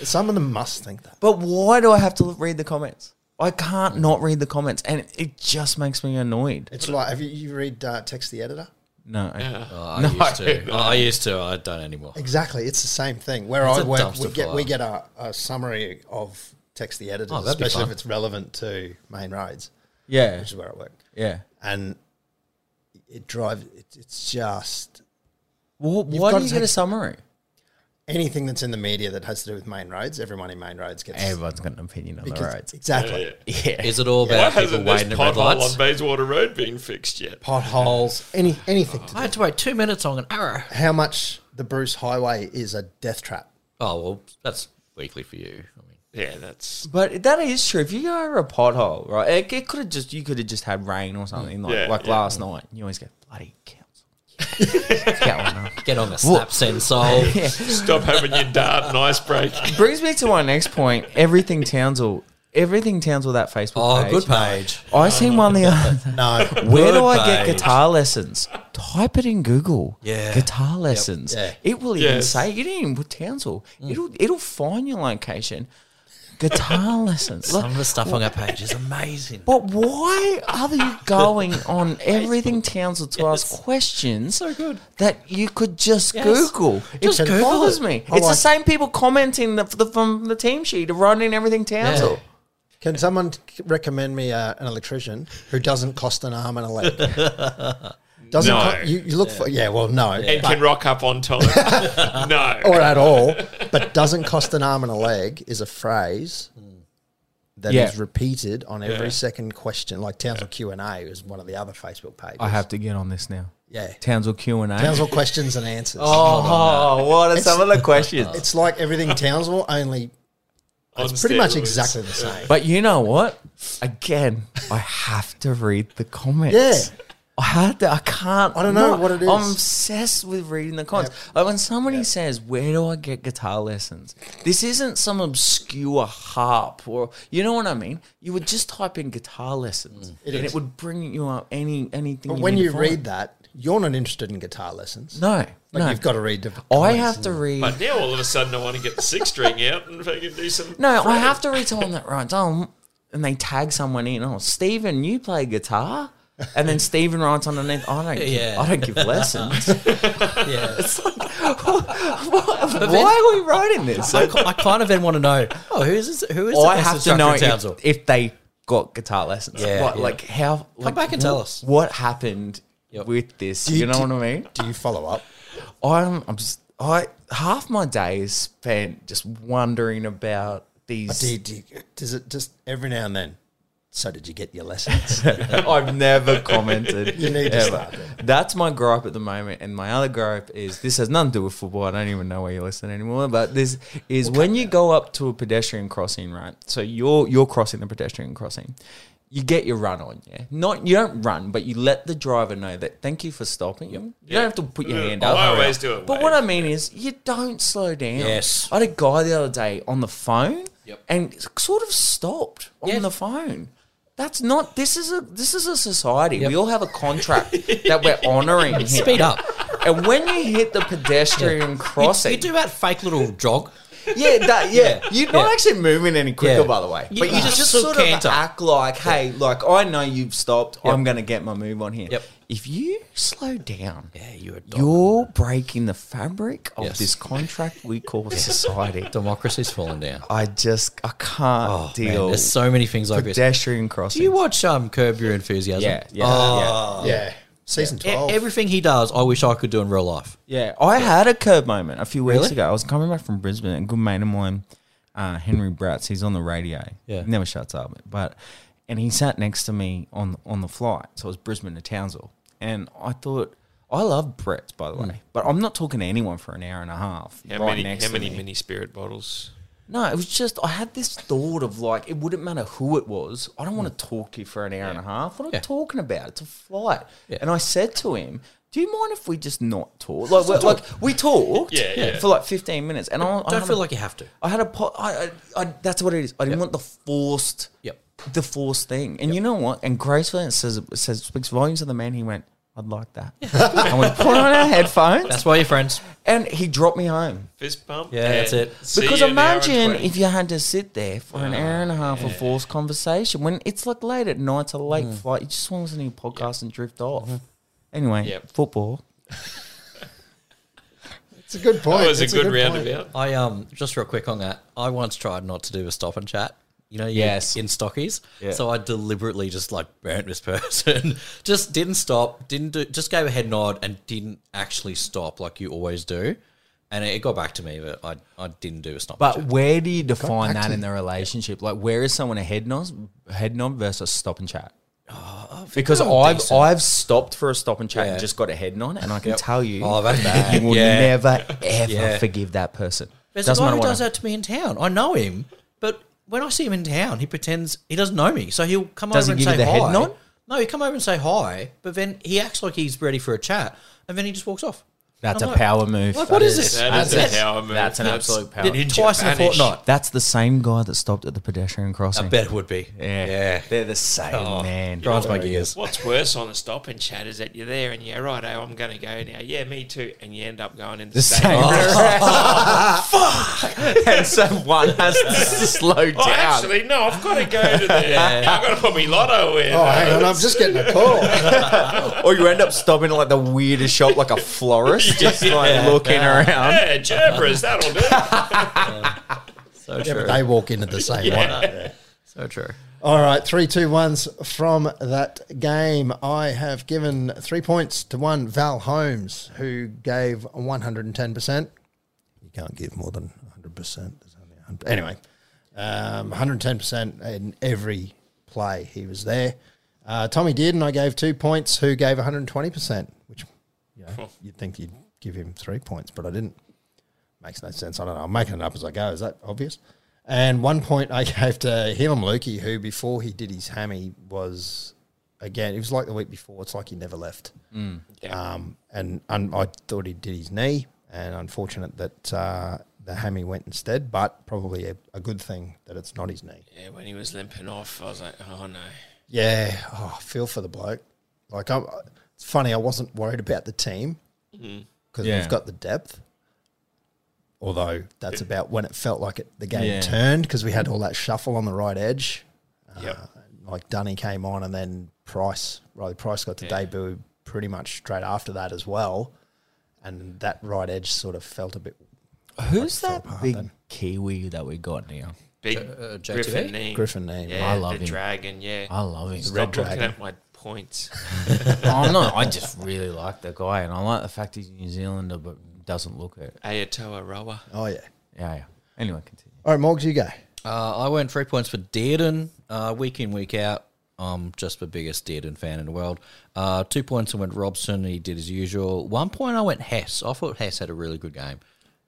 Some of them must think that. But why do I have to read the comments? I can't not read the comments, and it just makes me annoyed. It's like have you, you read uh, text the editor? No, Oh, I used to. Oh, I used to. I don't anymore. Exactly, it's the same thing. Where It's I a work, dumpster we get fire. we get a, a summary of text the editor, Oh, that'd be especially if fun. it's relevant to main roads, yeah, which is where I work. yeah. And it drives. It, it's just Well, why got do you to get a take- summary? anything that's in the media that has to do with main roads. Everyone in main roads gets Everyone's got an opinion on the because- roads. exactly Yeah, Is it all Why about people hasn't this waiting at red pothole lights? on Bayswater Road been fixed yet? potholes, any anything. To do. I had to wait two minutes on an arrow. How much the Bruce Highway is a death trap. Oh well, that's weekly for you. I mean, Yeah, that's but that is true. If you go over a pothole, right, it, it could have just you could have just had rain or something like Yeah, like yeah. last night. You always go bloody council. What's going on? get on the snap send soul. Yeah. stop having your dart and ice break. Brings me to my next point. Everything Townsville everything towns with that Facebook Oh, page. good page. I seen one the other. No. Where do Good I get page. guitar lessons? Type it in Google. Yeah. Guitar lessons. Yeah. It will even Yes. say it even with Townsville. Mm. It'll it'll find your location. Guitar lessons. Like, Some of the stuff on that page is amazing. but why are you going on everything Townsville to ask questions So good. that you could just Yes. Google? Just it Google bothers it. Oh, me. I it's the like- same people commenting the, the, from the team sheet, running everything Townsville. Can someone c- recommend me uh, an electrician who doesn't cost an arm and a leg? Doesn't No. co- you, you look for yeah well no and can rock up on time. no. or at all but doesn't cost an arm and a leg is a phrase that is Yeah. repeated on every Yeah. second question like Townsville Q and A is one of the other Facebook pages I have to get on this now. yeah Townsville Q and A. Townsville questions and answers Oh, what are some of the Uh, questions? it's like everything Townsville only On it's pretty much steroids. exactly the same But you know what? Again, I have to read the comments. Yeah. I had to, I can't. I don't know not- what it I'm is. obsessed with reading the comments. Like when somebody says, "Where do I get guitar lessons?" This isn't some obscure harp, or you know what I mean. You would just type in guitar lessons, Mm. It and is. it would bring you up any anything. but when need to you find. read that you're not interested in guitar lessons no, like no, you've got to read the I comments. have to read. But now all of a sudden, I want to get the six string out and fucking do some. No, I have to read someone that writes, oh, and they tag someone in, oh, Stephen, you play guitar? And then Stephen writes underneath, I don't, give- Yeah. I don't give lessons. Yeah. Why are we writing this? I, I kind of then want to know, oh, who is this, who is the I best have to instructor know in Townsville? if, if they got guitar lessons. Yeah, like, yeah. like how? like, back and wh- tell us. what happened Yep. with this. you You know do- what I mean? do you follow up I'm, I'm just, I half my day is spent just wondering about these. Do you, do you, does it just every now and then? So did you get your lessons? I've never commented. You need to ever. start doing That's my gripe at the moment, and my other gripe is this has nothing to do with football. I don't even know where you listen anymore. But this is when you go up to a pedestrian crossing, right? So you're you're crossing the pedestrian crossing. You get your run on, yeah. Not you don't run, but you let the driver know that thank you for stopping. You don't have to put your Yeah. hand Oh, up. I always do it, But mate. what I mean is, you don't slow down. Yes. I had a guy the other day on the phone, Yep. and sort of stopped on Yeah. the phone. That's not. This is a this is a society. Yep. We all have a contract that we're honouring here. Speed up. And when you hit the pedestrian You, crossing, you do that fake little jog. yeah, that, yeah, Yeah. you're not Yeah. actually moving any quicker, Yeah. by the way. You- but you you just, just sort canter. of act like, hey, like I know you've stopped. Yep. I'm going to get my move on here. Yep. If you slow down, Yeah, you a dog. you're breaking the fabric of Yes. this contract we call society. Democracy's fallen down. I just I can't Oh, man, deal. there's so many things like this. Do pedestrian crossing. you watch um, Curb Your Enthusiasm? Yeah, yeah, Oh, yeah, season e- twelve. everything he does, I wish I could do in real life. Yeah, I had a curb moment a few weeks Really? ago. I was coming back from Brisbane, and a good mate of mine, uh, Henry Bratz, he's on the radio. Yeah. never shuts up. But and he sat next to me on on the flight, so it was Brisbane to Townsville, and I thought. I love Brett's, by the Hmm. way, but I'm not talking to anyone for an hour and a half. How right many, next how to many me. mini spirit bottles? No, it was just I had this thought of like it wouldn't matter who it was. I don't want to talk to you for an hour and a half. What are Mm. Yeah. you talking about? It's a flight. Yeah. And I said to him, "Do you mind if we just not talk? Like, we like we talked Yeah, yeah. for like fifteen minutes." And I, I Don't had feel a, like you have to. I had a pot. I, I, I that's what it is. I didn't want the forced. Yep. The forced thing, and you know what? And gracefully it says it says speaks volumes of the man. He went, "I'd like that," and we put on our headphones, That's why you're friends. and he dropped me home. Fist bump? Yeah, that's and it. see Because you in an hour and imagine 20. if you had to sit there for an hour and a half of forced conversation when it's like late at night, it's a late flight. You just want to listen to your podcast and drift off. Anyway, Yep. football. it's a good point. That was a It's good, point. roundabout. I um just real quick on that. I once tried not to do a stop and chat. You know, you- Yes. in stockies. Yeah. So I deliberately just like burnt this person. just didn't stop. Didn't do. Just gave a head nod and didn't actually stop like you always do. And it got back to me that I, I didn't do a stop. But and chat. where do you define that in the relationship? Like, where is someone a head nod, head nod versus a stop and chat? Oh, because I'm I've decent. I've stopped for a stop and chat Yeah. and just got a head nod, and I can Yep. tell you, Oh, that's bad. you will Yeah. never ever Yeah. forgive that person. there's a Doesn't guy matter who what does I- that to me in town. I know him, but when I see him in town, he pretends he doesn't know me. So he'll come Does over he and give say you the hi. head nod? No, he come over and say hi, but then he acts like he's ready for a chat, and then he just walks off. That's a power move. Like, what is That this? That is That's- a power move. that's an absolute power. did Hinge Twice in a vanish? fortnight. That's the same guy that stopped at the pedestrian crossing. I bet it would be. Yeah. Yeah. They're the same, Oh. man. Grinds my gears. What's worse on the stop and chat is that you're there and you're right, oh, I'm going to go now. Yeah, me too. And you end up going in the, The same. same. and so one has to slow Oh, down. actually, no, I've got to go to the. I've got to put my lotto in. Oh, hang on, I'm just getting a call. or you end up stopping at like the weirdest shop, like a florist, just like looking around. yeah, Jabras, that'll do. So Yeah, but true. they walk into the same one. So true. All right, three, two, ones from that game. I have given three points to one Val Holmes, who gave 110%. You can't give more than 100%. There's only 100. Anyway, um, 110% in every play he was there. Uh, Tommy did, and I gave two points, who gave 120%, which you know, you'd think you'd give him three points, but I didn't. Makes no sense. I don't know. I'm making it up as I go. Is that obvious? And one point I gave to Hillam Lukey, who before he did his hammy was, again, it was like the week before. It's like he never left. Um, and un- I thought he did his knee, and unfortunate that uh, the hammy went instead, but probably a, a good thing that it's not his knee. Yeah, when he was limping off, I was like, oh no. Yeah, oh, I feel for the bloke. Like, I'm, it's funny, I wasn't worried about the team Mm-hmm. because Yeah. we've got the depth. Although that's about when it felt like it, the game Yeah. turned because we had all that shuffle on the right edge. Yep. Like Dunny came on, and then Price, Riley Price got the debut pretty much straight after that as well. And that right edge sort of felt a bit. Who's that apart big then. Kiwi that we got now? Big uh, JTV? Griffin name. Griffin name. Yeah, I love the him. dragon, yeah. I love him. Stop looking dragon. at my points. I'm not. I just really like the guy, and I like the fact he's New Zealander, but doesn't look it. Ayatoa Roa. Oh, yeah. Yeah, yeah. Anyway, continue. All right, Morgs, you go. Uh, I went three points for Dearden, uh, week in, week out. I'm just the biggest Dearden fan in the world. Uh, two points I went Robson, he did his usual. One point I went Hess. I thought Hess had a really good game.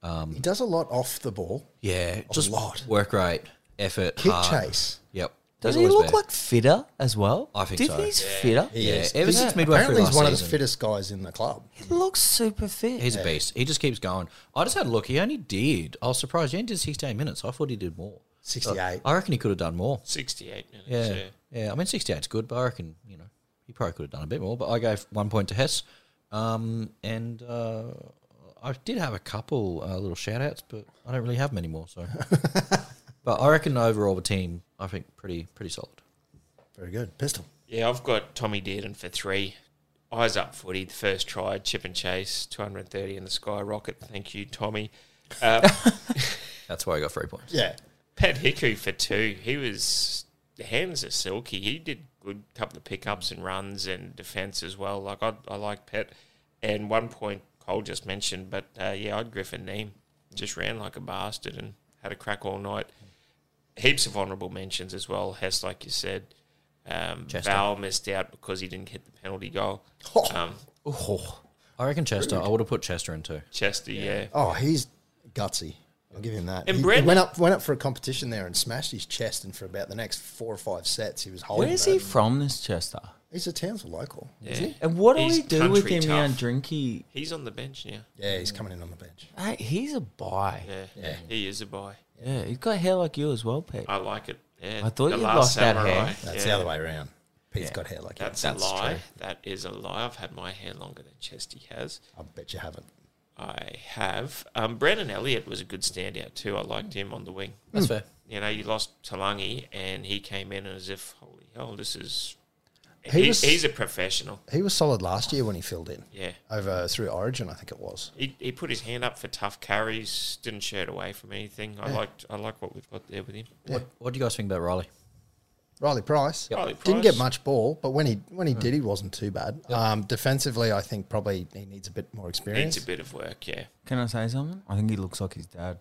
Mm. He does a lot off the ball. Yeah, just lot. work rate, effort, Kick hard. chase. Yep. Does He's he always look there. like fitter as well? I think so. Tiffany's fitter. He Yeah, is. ever He's- since midway Apparently, through he's last one of the season. fittest guys in the club. He looks super fit. He's a beast. He just keeps going. I just had a look. He only did. I was surprised. He only did 16 minutes. I thought he did more. 68. I reckon he could have done more. 68 minutes. Yeah. Yeah. Yeah. I mean, 68's good, but I reckon, you know, he probably could have done a bit more. But I gave one point to Hess. Um, and uh, I did have a couple uh, little shout outs, but I don't really have many more. So, but I reckon overall the team, I think, pretty pretty solid. Very good. Pistol. Yeah, I've got Tommy Dearden for three. Eyes up footy, the first try, chip and chase, 230 in the skyrocket. Thank you, Tommy. Uh, That's why I got three points. Yeah. Pat Hiku for two. He was the hands are silky. He did good couple of pickups and runs and defense as well. Like I, I like Pat. And one point Cole just mentioned, but uh, yeah, I'd Griffin Neem. Just ran like a bastard and had a crack all night. Heaps of honourable mentions as well. Hess, like you said, um, Val missed out because he didn't hit the penalty goal. Um, Oh, I reckon Chester. I would have put Chester in too. Chester, yeah. Oh, he's gutsy. I'll give him that. And he, Brent- he went up went up for a competition there and smashed his chest, and for about the next four or five sets, he was holding. Where is he that. from, this Chester? He's a Townsville local. yeah. And what do He's we do with country him tough. now? Drinky, He's on the bench now. Yeah, he's coming in on the bench. hey, he's a buy. Yeah. Yeah. He is a boy. he's got hair like you as well, Pete. I like it. Yeah. I thought The you'd Last lost that hair. Samurai. That's Yeah. the other way around. Pete's got hair like That's, that. a lie. That is a lie. I've had my hair longer than Chesty has. I bet you haven't. I have. Um, Brandon Elliott was a good standout too. I liked him on the wing. Hmm. That's fair. You know, you lost Talangi and he came in as if, holy hell, this is. He He was- he's a professional. He was solid last year when he filled in. Yeah. Over through Origin, I think it was. He, he put his hand up for tough carries, didn't shirt away from anything. I liked I like what we've got there with him. What, what do you guys think about Riley? Riley Price. Riley didn't Price. get much ball, but when he when he did, he wasn't too bad. Um, defensively, I think probably he needs a bit more experience. Needs a bit of work, yeah. Can I say something? I think he looks like his dad.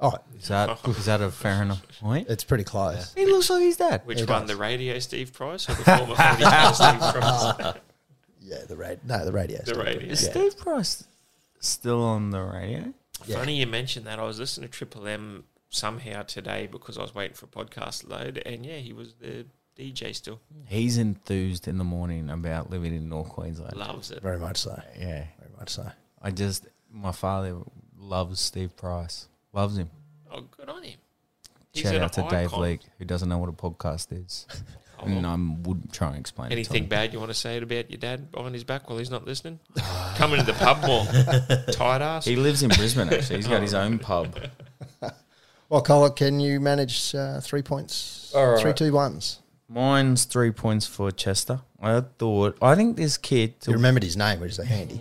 Oh, Is that is that a fair enough point? it's pretty close. He looks like his dad. Which He one, does. the radio Steve Price or the former 40 Steve Price? Yeah, the radio. No, the radio. the radio. Is Steve Price still on the radio? Funny you mentioned that. I was listening to Triple M somehow today because I was waiting for a podcast to load, and yeah, he was the DJ still. He's enthused in the morning about living in North Queensland. Loves it. Very much so. Yeah. Very much so. I just my father loves Steve Price, loves him. Oh, good on him. He's Shout an out to Dave icon. Leake, who doesn't know what a podcast is, Oh, and well. I would try and explain it to Anything him. bad you want to say about your dad behind his back while he's not listening? Coming to the pub more. Tight ass. He lives in Brisbane actually. He's got Oh. his own pub. Well, Collar, can you manage uh, three points? All right. Three, two, ones. Mine's three points for Chester. I thought I think this kid. You remembered his name, which is a handy.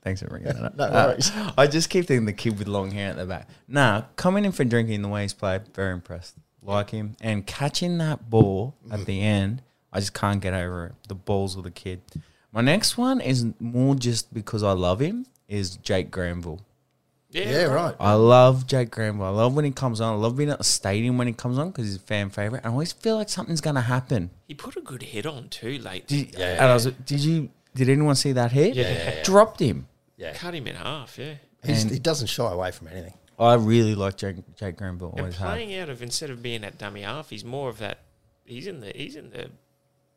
Thanks for bringing that up. No Uh, worries. I just keep thinking the kid with long hair at the back. Nah, coming in for drinking the way he's played, very impressed. Like him and catching that ball at Mm. the end, I just can't get over it. The balls of the kid. My next one is more just because I love him. Is Jake Granville. Yeah, right. I love Jake Granville. I love when he comes on. I love being at the stadium when he comes on because he's a fan favorite. I always feel like something's gonna happen. He put a good hit on too late. Did, and I was, like, did you? Did anyone see that hit? Yeah, yeah, yeah. Dropped him. Cut him in half, yeah. He's, And- he doesn't shy away from anything. I really like Jake, Jake Granville. And Always have. playing out of instead of being that dummy half, he's more of that he's in the he's in the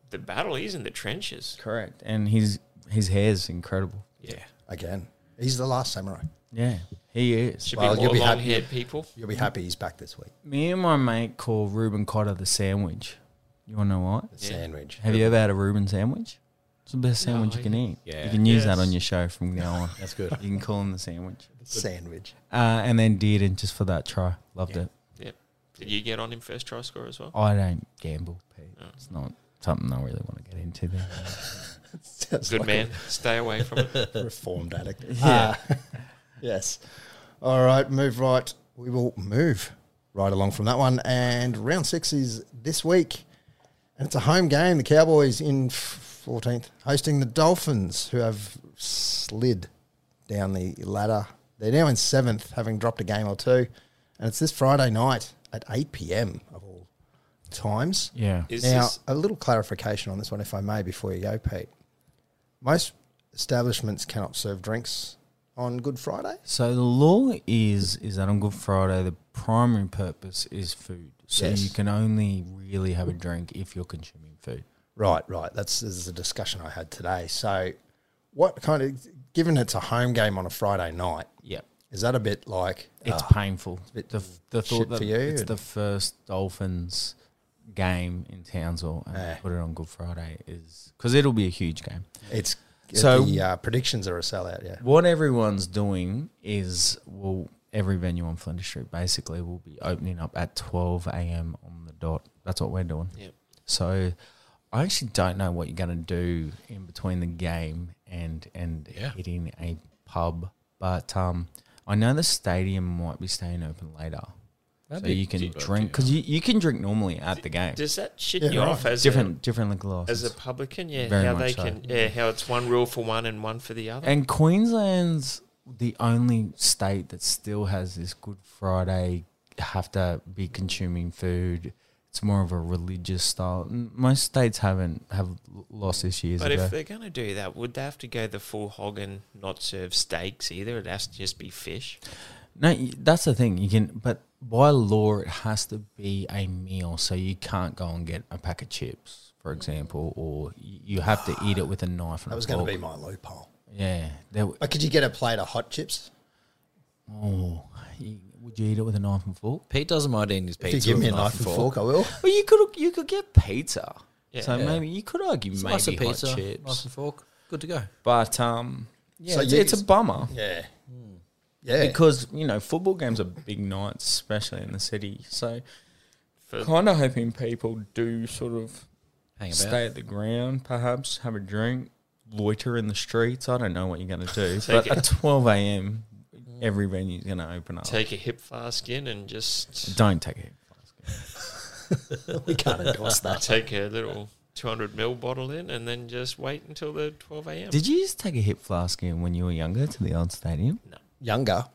the battle, he's in the trenches. Correct. And his his hair's incredible. Yeah. Again, he's the last samurai. Yeah, he is. Should Well, be you'll more be long happy- haired people. You'll be happy he's back this week. Me and my mate call Reuben Cotter the sandwich. You want to know what? The Yeah. sandwich. Have you ever had a Reuben sandwich? It's the best No, sandwich you can I- eat. Yeah. You can use that Yes. on your show from now on. That's good. you can call him the sandwich. Sandwich. Uh, and then Dearden just for that try. Loved Yeah. it. Yep. Did you get on him first try score as well? I don't gamble, Pete. No. It's not something I really want to get into there. Sounds Good like man. Stay away from it. a reformed addict. Ah, yes. All right, move right. We will move right along from that one. And round six is this week. And it's a home game. The Cowboys in f- 14th, hosting the Dolphins, who have slid down the ladder. They're now in seventh, having dropped a game or two. And it's this Friday night at 8 p.m. of all times. Yeah. Is Now, this a little clarification on this one, if I may, before you go, Pete. Most establishments cannot serve drinks on Good Friday. So the law is is that on Good Friday the primary purpose is food. So Yes. you can only really have a drink if you're consuming food. Right, right. That's this is a discussion I had today. So, what kind of, given it's a home game on a Friday night, Yeah. is that a bit like It's ah, painful. bit the, f- the shit thought that for you it's and- the first Dolphins game in Townsville and Eh. put it on Good Friday is because it'll be a huge game. it's So- the uh, predictions are a sellout? Yeah, What everyone's doing is well, every venue on Flinders Street basically will be opening up at twelve a.m. on the dot. That's what we're doing. Yep. So I actually don't know what you're going to do in between the game and and Yeah. hitting a pub, but um, I know the stadium might be staying open later. That'd so be you can good drink idea. because you, you can drink normally at the game. does that shit Yeah, you right. off as different different liquor a, as a licenses. publican, yeah. Very how much they so. can yeah, how it's one rule for one and one for the other. and Queensland's the only state that still has this Good Friday have to be consuming food. It's more of a religious style. N- Most states haven't have l- lost this years But ago. if they're going to do that, would they have to go the full hog and not serve steaks either? It has to just be fish. No, y- that's the thing. You can, but by law, it has to be a meal. So you can't go and get a pack of chips, for example, or y- you have to eat it with a knife. And that a was going to fork. be my loophole. Yeah. There, w- But could you get a plate of hot chips? oh, you- would you eat it with a knife and fork? Pete doesn't mind eating his pizza. if you give with me a knife and fork, I will. Well, you could you could get pizza. Yeah. so Yeah. maybe you could argue It's a maybe Slice of hot pizza, chips, knife and fork, good to go. but um, yeah, So it's, you- it's a bummer Yeah, Hmm. yeah. because you know football games are big nights, especially in the city. So For kind of hoping people do sort of Hang about. stay at the ground, perhaps have a drink, loiter in the streets. I don't know what you're going to do, Take but it. at twelve a.m. every venue's going to open up. take a hip flask in and just don't take it. we can't endorse that. take a little 200 ml bottle in and then just wait until the 12 a.m. Did you just take a hip flask in when you were younger to the old stadium? Younger.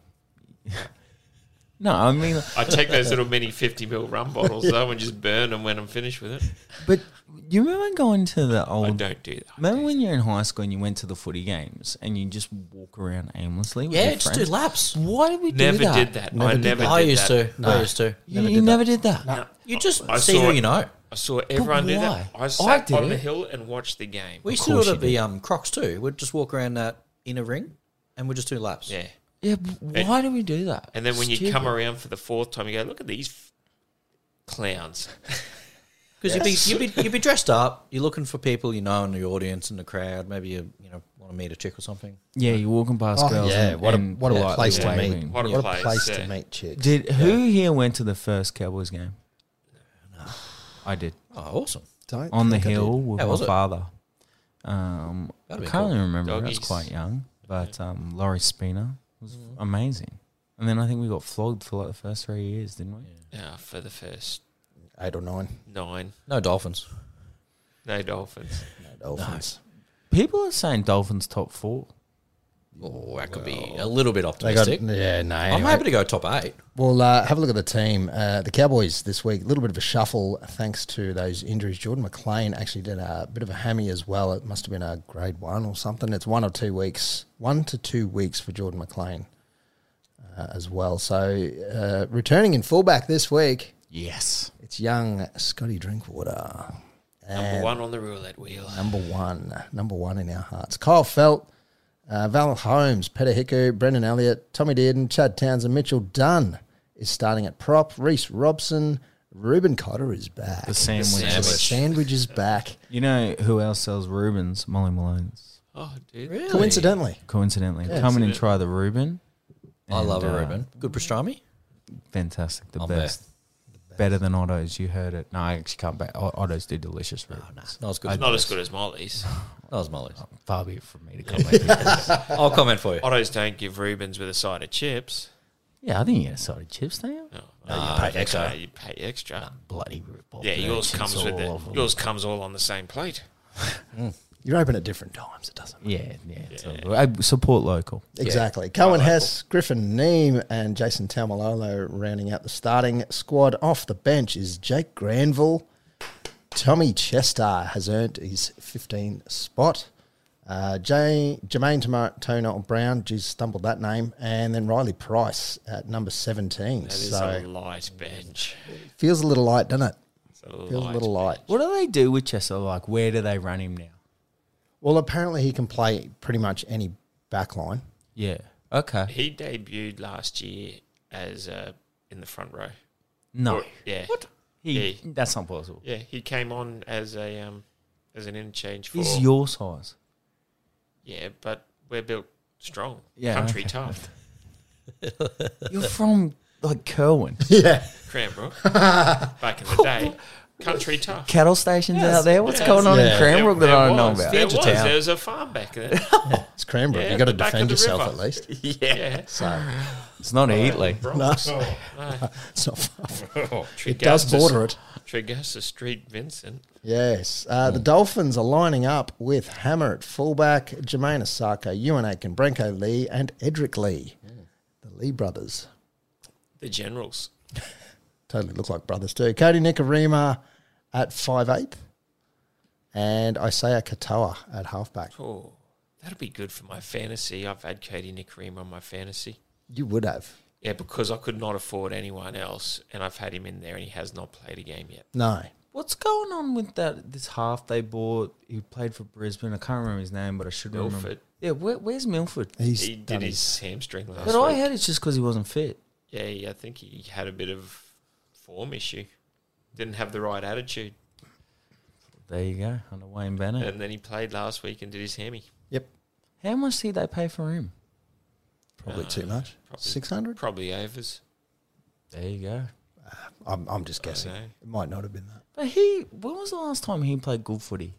No, I mean. I take those little mini 50 ml rum bottles though and just burn them when I'm finished with it. But you remember going to the I old. don't do that. Remember when you were in high school and you went to the footy games and you just walk around aimlessly? With yeah, your just do friends? laps. Why did we never do that? did that. I never I did used that. to. I used to. You you never, did that. You just I see saw who it. you know. I saw everyone do that. why? I I sat did on the it. hill and watched the game. We Of used to do course it you at the um, Crocs too. We'd just walk around that inner ring and we're just doing laps. Yeah. Yeah, but why do we do that? And then when you Stupid. come around for the fourth time, you go, look at these f- clowns. Because you'd, be, you'd, be, you'd be dressed up, you're looking for people you know in the audience, in the crowd, maybe you you know want to meet a chick or something. yeah, you're walking past Oh, girls. yeah, and, what a- and what a politely place to meet. waving. What a What place. a place yeah. to meet chicks. Did who here went to the first Cowboys game? I did Oh, awesome. Don't on the think I did. hill with How my was it? father. Um, I That'd can't be even remember. I Doggies. was quite young, but um, Laurie Spina was amazing. And then I think we got flogged for like the first three years, didn't we? Yeah, for the first Eight or nine. nine. No dolphins. No dolphins. No, Dolphins. People are saying Dolphins top four. Oh, that could be a little bit They got optimistic. yeah, no. I'm Anyway. happy to go top eight. Well, uh, have a look at the team. Uh, the Cowboys this week, a little bit of a shuffle thanks to those injuries. Jordan McLean actually did a bit of a hammy as well. It must have been a grade one or something. It's one or two weeks, one to two weeks for Jordan McLean uh, as well. So uh, returning in fullback this week, Yes. it's young Scotty Drinkwater. Number one on the roulette wheel. Number one, number one in our hearts. Kyle Felt, uh, Val Holmes, Peter Hiku, Brendan Elliott, Tommy Dearden, Chad Townsend, Mitchell Dunn is starting at prop. Reese Robson, Ruben Cotter is back. The sandwich. The sandwich. sandwich is back. You know who else sells Rubens? Molly Malone's. Oh, dude. Coincidentally, Coincidentally, come in and try the Reuben. I love a And, uh, Reuben. Good pastrami. Fantastic, the I'm there. best. Better than Otto's. You heard it. No, I actually can't. Back. Otto's do delicious Reubens. Not as good. as Not as Molly's. good as Molly's. Not as Molly's. Far be it from me to comment. I'll comment for you. Otto's don't give Rubens with a side of chips. yeah, I think you get a side of chips now. No, you pay extra. You pay extra. Bloody yeah, yours comes with the, yours comes all on the same plate. you're open at different times. It doesn't. Yeah, yeah. it's all- I support local. Exactly. Cohen Hess, Griffin Neem, and Jason Tamalolo rounding out the starting squad. Off the bench is Jake Granville. Tommy Chester has earned his 15 spot. Uh, Jay, Jermaine Toma- Tona Brown, geez, stumbled that name. And then Riley Price at number 17. That is so a light bench. feels a little light, doesn't it? It's a light Feels a little light. bench. What do they do with Chester? Like, where do they run him now? Well, apparently he can play pretty much any back line. Yeah. Okay. He debuted last year as uh, in the front row. No. Or- yeah. He, Yeah. That's not possible. Yeah, he came on as a um, as an interchange for. He's your size. yeah, but we're built strong. Yeah, Country okay. tough. You're from like Kerwin. Yeah. Cranbrook. Back in the day. Country tough. Cattle stations out there. What's going on Yeah. in Cranbrook that I don't know was, about? There Edge was. of town. There was a farm back then. It's Cranbrook. Yeah, You've got to the back of defend the yourself river. at least. yeah. So It's not Eatley. Bronx. Uh, it's not far from It does border it. Tregosa Street, Vincent. Yes. Uh, The Dolphins are lining up with Hammer at fullback, Jermaine Asako, Ewan Aiken, Branko Lee, and Edric Lee. The Lee brothers. The Generals. Totally look like brothers too. Cody Nikarima at 5'8". And Isaiah Katoa at halfback. Oh, that'll be good for my fantasy. I've had Cody Nikarima on my fantasy. You would have. Yeah, because I could not afford anyone else, and I've had him in there, and he has not played a game yet. No. What's going on with that? This half they bought. He played for Brisbane. I can't remember his name, but I should Milford. remember. Yeah, where, where's Milford? He's He done did his hamstring last But I week. heard it's just because he wasn't fit. yeah, I think he had a bit of form issue. Didn't have the right attitude, There you go, under Wayne Bennett. and then he played last week and did his hammy. Yep. How much did they pay for him? Probably too much. probably- 600? Probably overs. There you go. I'm, I'm just guessing. know. It might not have been that. But he, when was the last time he played good footy?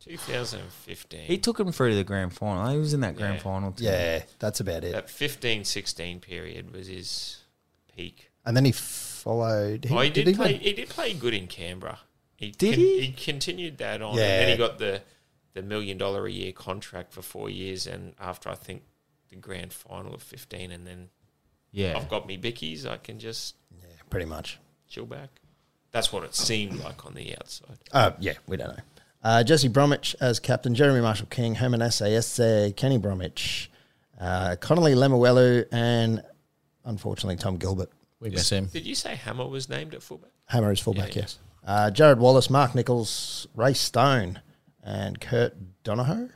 2015. He took him through to the grand final. He was in that grand Yeah. final. Team. Yeah, that's about it. that 15 16 period was his peak. And then he followed. oh, he did, he play. win? He did play good in Canberra. He Did con- he? He continued that on, and then Yeah. he got the the million dollar a year contract for four years, and after I think the grand final of fifteen, and then yeah. I've got me bickies. I can just Yeah, pretty much. chill back. That's what it seemed like on the outside. Uh, yeah, we don't know. Uh, Jesse Bromwich as captain, Jeremy Marshall King, Herman Essay, Kenny Bromwich, uh, Connolly Lemuelu, and unfortunately Tom Gilbert. We miss him. Did you say Hammer was named at fullback? Hammer is fullback, yes. Uh, Jared Wallace, Mark Nichols, Ray Stone, and Kurt Donohoe.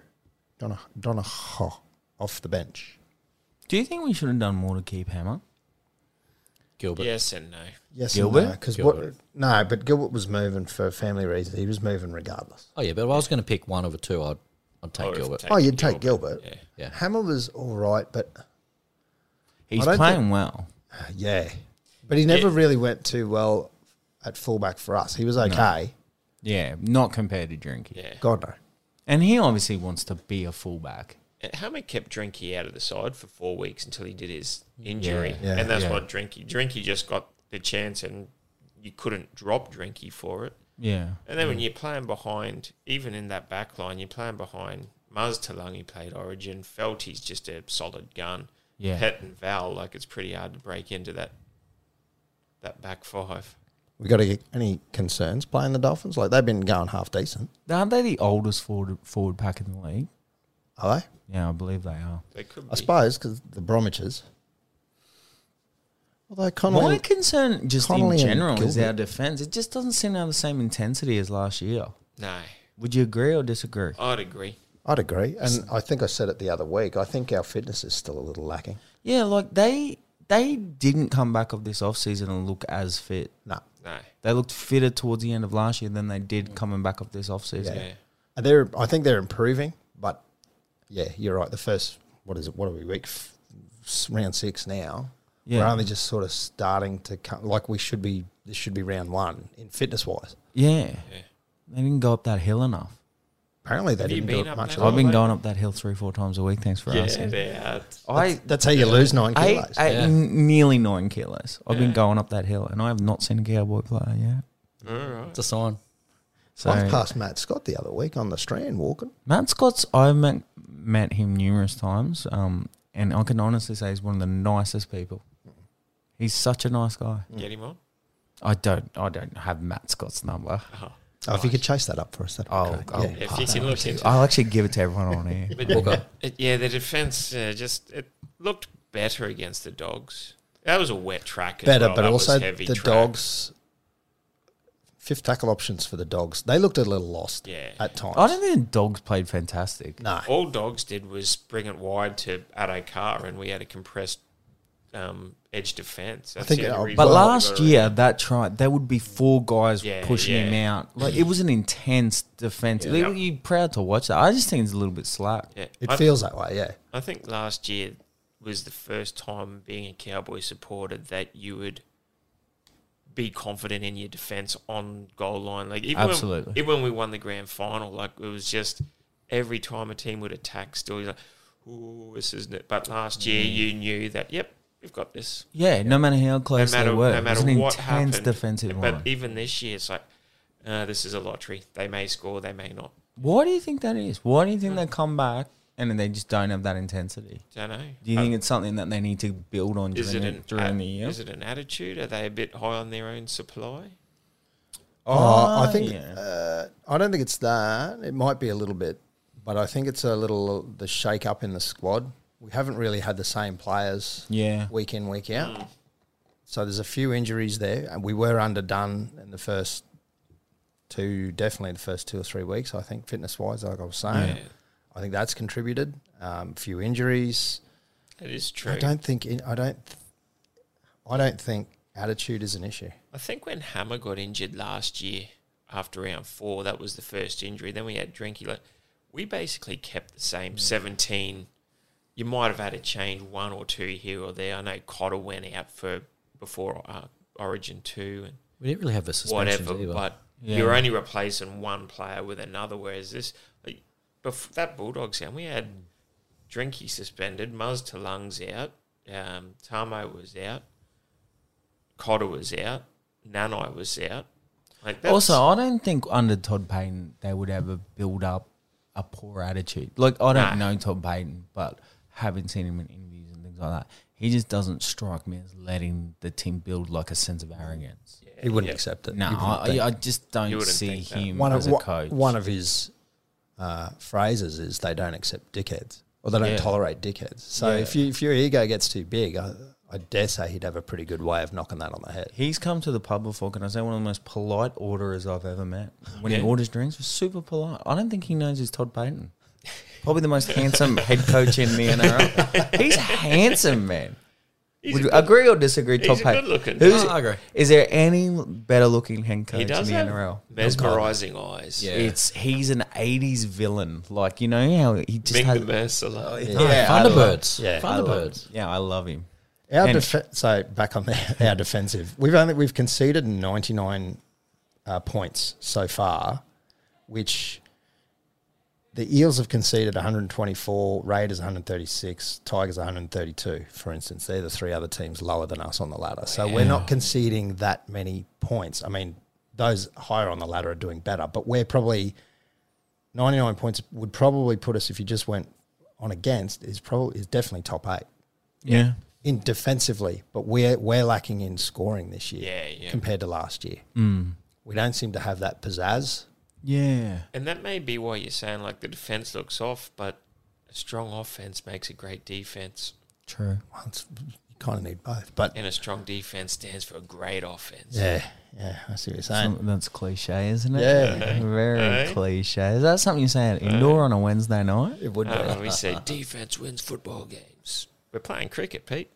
Donohoe. Donohoe. off the bench. Do you think we should have done more to keep Hammer? Gilbert. yes and no. Yes, Gilbert? Because what? Gilbert. No, but Gilbert was moving for family reasons. He was moving regardless. Oh yeah, but if I was going to pick one over two, I'd I'd take Or if Gilbert. oh, you'd take Gilbert. Yeah. Yeah. Hammer was all right, but He's I don't playing well. uh, yeah, but he never really went too well at fullback for us. He was okay. Yeah, not compared to Drinky. Yeah. God no. And he obviously wants to be a fullback. Hammer kept Drinky out of the side for four weeks until he did his injury, Yeah. and that's Yeah. what Drinky. Drinky just got the chance, and you couldn't drop Drinky for it. Yeah. And then when you're playing behind, even in that back line, you're playing behind Muzz Talungi played Origin. Felty's just a solid gun. Yeah. Pet and Val, like it's pretty hard to break into that that back five. We got any- any concerns playing the Dolphins? Like they've been going half decent, Aren't they the oldest forward, forward pack in the league? are they? Yeah, I believe they are. They could I be. suppose because the Bromwiches. Although My Connolly, concern, just Connolly in and general, is Gilbert. our defense. It just doesn't seem to have the same intensity as last year. no, Would you agree or disagree? I'd agree. I'd agree, and I think I said it the other week. I think our fitness is still a little lacking. Yeah, like they they didn't come back of this offseason and look as fit. No, No, They looked fitter towards the end of last year than they did coming back of this offseason. yeah, they're. I think they're improving, but yeah, you're right. The first, what is it? What are we week? F- s- round six now. We're Yeah. only just sort of starting to come. Like we should be. This should be round one in fitness wise. Yeah. They didn't go up that hill enough. Apparently, they Have you didn't been do it up much. now? At Oh, I've all. been mate. going up that hill three, four times a week. Thanks for yeah. asking. They are. I That's how you lose nine I, kilos. I- Yeah. n- nearly nine kilos. I've been Yeah. going up that hill, and I have not seen a cowboy player yet. All right. It's a sign. So I passed Matt Scott the other week on the Strand walking. Matt Scott's, I met met him numerous times, um, and I can honestly say he's one of the nicest people. He's such a nice guy. Get him on. I don't, I don't have Matt Scott's number. Uh-huh. Oh, if you could chase that up for us, that'd be I'll, great. I'll, Yeah. If pass you can that look to you. into I'll actually give it to everyone on here. But Walker. it- yeah, the defense uh, just it looked better against the dogs. That was a wet track. As better, well. but That was also heavy the track. dogs. Fifth tackle options for the dogs. They looked a little lost Yeah. at times. I don't think the dogs played fantastic. no. All dogs did was bring it wide to Addo Carr, and we had a compressed um, edge defense. That's think the only our- reason But why we last got year, that try there would be four guys Yeah, pushing yeah. him out. Like it was an intense defense. Yeah. You're proud to watch that. I just think it's a little bit slack. Yeah. It I, feels that way, yeah. I think last year was the first time being a Cowboy supporter that you would be confident in your defense on goal line. Like even Absolutely. when, even when we won the grand final, like it was just every time a team would attack, still you're like, "Ooh, this isn't it." But last year, Mm. you knew that. Yep, we've got this. Yeah, no matter how No close matter they were, no matter it was an what intense happened. defensive But line. even this year, it's like. Uh, this is a lottery. They may score, they may not. Why do you think that is? Why do you Hmm. think they come back and then they just don't have that intensity? Don't know. Do you think it's something that they need to build on Uh, is during, it the- an during at- the year? Is it an attitude? Are they a bit high on their own supply? Oh, I Oh, think yeah. uh, I don't think it's that. It might be a little bit, but I think it's a little the shake up in the squad. We haven't really had the same players Yeah. week in, week out. So there's a few injuries there, and we were underdone in the first two, definitely the first two or three weeks. I think fitness wise, like I was saying, I think that's contributed. Um, few injuries. It is true. I don't think in- I don't th- I don't think attitude is an issue. I think when Hammer got injured last year after round four, that was the first injury. Then we had Drinky. Like, we basically kept the Mm. same 17. You might have had to change one or two here or there. I know Cotter went out for before uh, Origin 2 and We didn't really have the suspensions whatever, either. but Yeah. you're only replacing one player with another. Whereas this, like, bef- that Bulldogs game, we had Drinky suspended, Muzz Talung's out, um, Tamo was out, Cotter was out, Nanai was out. Like that's, Also, I don't think under Todd Payton they would ever build up a poor attitude. Like I don't know Todd Payton, but haven't seen him in interviews and things like that. He just doesn't strike me as letting the team build like a sense of arrogance. He wouldn't accept it. No, He wouldn't I, think. I just don't wouldn't see think that. him one as of a wha- coach. one of his uh, phrases is they don't accept dickheads or they don't Yeah. tolerate dickheads. So if you if your ego gets too big, I, I dare say he'd have a pretty good way of knocking that on the head. He's come to the pub before. Can I say one of the most polite orderers I've ever met? When he Yeah. orders drinks, was super polite. I don't think he knows he's Todd Payton. Probably the most handsome head coach in the NRL. He's handsome, man. Would you agree or disagree? he's top a hat. good-looking- Who's, I agree. Is there any better looking head coach He in the does have NRL? mesmerizing eyes. Yeah. It's he's an '80s villain. Like you know how he just Ming has. the Mercilor. Yeah, I love- Thunderbirds. Yeah. Thunderbirds. Yeah, I love him. Our And- def- so back on the, our defensive, we've only we've conceded ninety nine uh, points so far, which the Eels have conceded one hundred twenty four, Raiders one hundred thirty six, Tigers one hundred thirty two. For instance, they're the three other teams lower than us on the ladder, so we're not conceding that many points. I mean, those higher on the ladder are doing better, but we're probably ninety nine points would probably put us if you just went on against is probably is definitely top eight Yeah. in defensively, but we're we're lacking in scoring this year Yeah, yeah. compared to last year. Mm. We don't seem to have that pizzazz. Yeah. And that may be why you're saying like the defense looks off, but a strong offense makes a great defense, True. Well, it's- you kind of need both, but and a strong defense stands for a great offense. yeah, yeah, I see what you're saying. That's cliche, isn't it? Yeah. Very Hey. cliche. Is that something you say at indoor on a Wednesday night? It would be. Uh, when we say defense wins football games. We're playing cricket, Pete.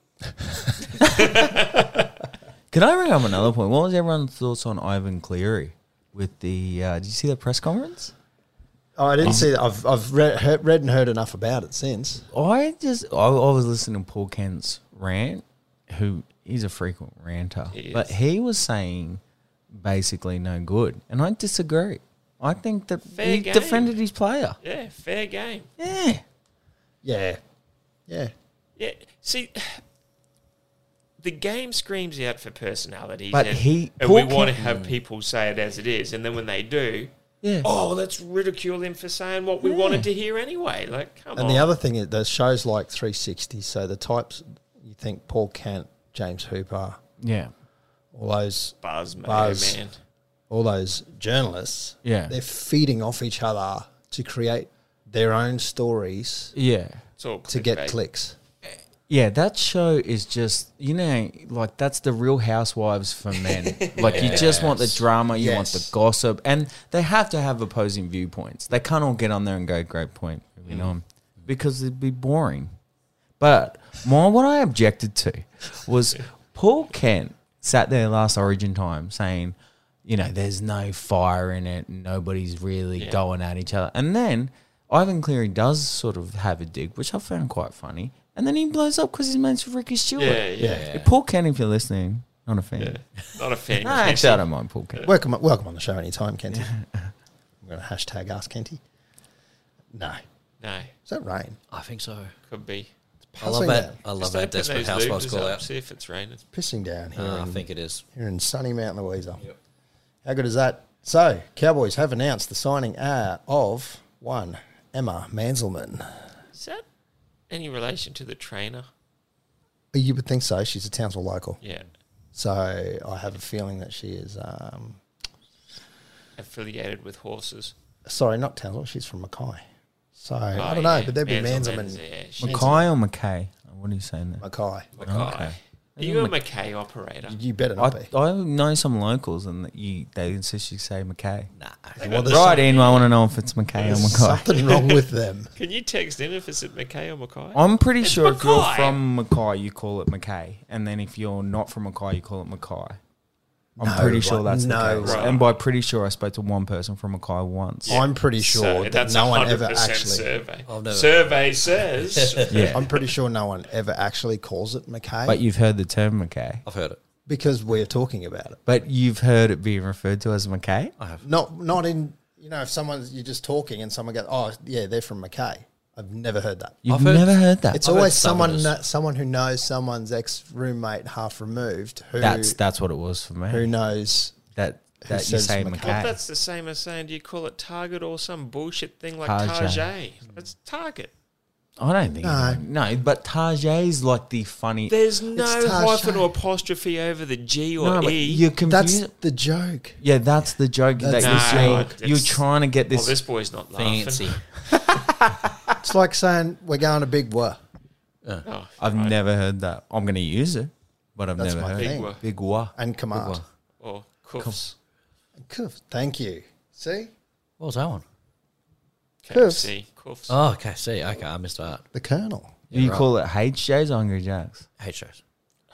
Could I bring up another point? What was everyone's thoughts on Ivan Cleary with the? Uh, did you see that press conference? oh, I didn't see that. I've I've read, heard, read and heard enough about it since. I just I, I was listening to Paul Kent's rant, who he's a frequent ranter, He but is. he was saying basically no good, and I disagree. I think that Fair he game. defended his player. Yeah, fair game. Yeah, Yeah, yeah, Yeah, see, the game screams out for personalities, But and, he- and we Paul want to Kent- have people say it as it is, and then when they do, yeah. oh, let's ridicule him for saying what we Yeah. wanted to hear anyway. Like, come and on. the other thing is the show's like 360. So the types you think Paul Kent, James Hooper, yeah, all those Buzz, mate, Buzz. man. all those journalists, Yeah. they're feeding off each other to create their own stories yeah. It's all to get clickbait. clicks. Yeah, that show is just you know like that's the Real Housewives for men. like you just want the drama, you want the Yes. gossip, and they have to have opposing viewpoints. They can't all get on there and go great point, you know, because it'd be boring. But my, what I objected to was Paul Kent sat there last Origin time saying, you know, there's no fire in it, nobody's really going at each other. And then Ivan Cleary does sort of have a dig, which I found quite funny. And then he blows up because he's mates with Ricky Stewart. Yeah, yeah. Paul Kent, if you're listening, not a fan. Not a fan. No, actually, I don't mind Paul Kent. Welcome, welcome on the show anytime, Kenty. We're going to hashtag Ask Kenty. No, No, is that rain? I think so. could be. I love Puzzling that. down- I love Just that open Desperate those Housewives louvers call up, out. See if it's raining. pissing down here, Uh, I in, think it is. here in sunny Mount Louisa. How good is that? So, Cowboys have announced the signing uh, of one Emma Manzelman. Is that any relation to the trainer? You would think so. She's a Townsville local, Yeah. so I have a feeling that she is. Um, Affiliated with horses. sorry, not Townsville. She's from Mackay. So I Oh, don't know, yeah, but there'd be Manzelman's, Manzelman, yeah, she's Mackay or McKay? What are you saying there? Mackay. Mackay. Are you a Mackay operator? You better not I, be. I know some locals and that you, they insist you say McKay. Nah. Well, there's Right, Ian, I want to know if it's McKay or Mackay. something wrong with them. Can you text in if it's at Mackay or Mackay? I'm pretty It's sure if you're Mackay. from Mackay, you call it Mackay. And then if you're not from Mackay, you call it Mackay. I'm No pretty sure way. that's No the case. way. And by pretty sure, I spoke to one person from Mackay once. I'm pretty sure So that that's no one 100% ever actually. Survey, I've never- survey says. Yeah. I'm pretty sure no one ever actually calls it McKay, But you've heard the term Mackay. I've heard it. because we're talking about it. But you've heard it being referred to as Mackay? Not not in you know if someone's you're just talking and someone goes oh yeah they're from McKay. I've never heard that. You've I've heard- never heard that. It's I've always heard someone Southerners. kno- someone who knows someone's ex roommate half removed who that's that's what it was for me. who knows that that you says Mackay? say Well, Mackay. that's the same as saying, do you call it Target or some bullshit thing like Target. Target? It's Target. I don't think No. no, no but Tajay's like the funny. There's no Target. hyphen or apostrophe over the G or No, but E. you're that's confused. the joke. yeah, that's the joke That's the that you're saying. joke. You're It's- trying to get well, this. this boy's not laughing. Fancy. It's like saying we're going to Big Wah. Oh, I've never heard that. I'm going to use it, but I've That's never my heard thing. it. big Hey. word. Big wa. and Kamart. Or cuffs. Cool. Thank you. See, What was that one? KFC. Cuffs. Oh, okay. See, okay, I missed that. The Colonel. you right. call it HJ's or Hungry Jacks? Hate shows.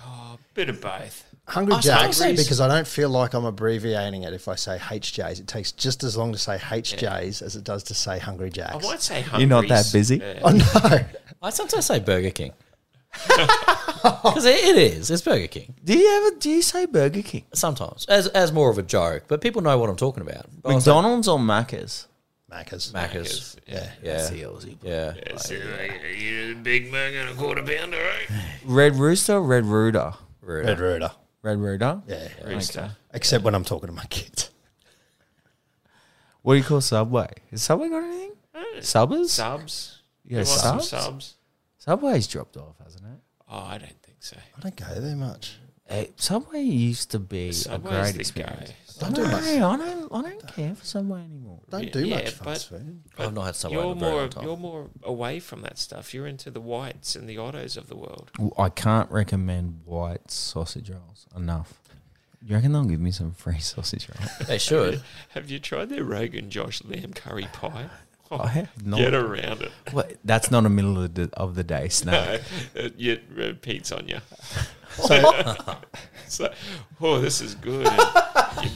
Oh, bit of both. Hungry I say Jack's Hungry's- because I don't feel like I'm abbreviating it if I say HJs. It takes just as long to say HJs as it does to say Hungry I Jack's. won't say hungry. You're not that busy. Oh no! I sometimes say Burger King because it, it is. It's Burger King Do you ever do you say Burger King? sometimes as as more of a joke, but people know what I'm talking about. But Oh, I'll say McDonald's or Macca's? Macca's. Macca's. Yeah. Yeah. Yeah. You big man and a quarter pounder, eh? right? Red Rooster, Red Rooter. Rude. Red Rooter. Red Rooter? Yeah. Rooster. Except when I'm talking to my kids. What do you call Subway? Has Subway got anything? Subbers? Subs. yeah, You want some subs? subs? Subway's dropped off, hasn't it? Oh, I don't think so. I don't go there much. Eh, Subway used to be a Subway's great the experience. guy. I don't, know, I don't, I don't care for Subway anymore. Don't do Yeah, much but- fast food. I've not had Subway in You're a very more long time. you're more away from that stuff. You're into the whites and the autos of the world. Well, I can't recommend white sausage rolls enough. You reckon they'll give me some free sausage rolls? They should. Have you tried their Rogan Josh lamb curry pie? Oh, I have not. Get around it. What? That's not a middle of the, of the day snack. it, it repeats uh, on you. So, so, oh, this is good.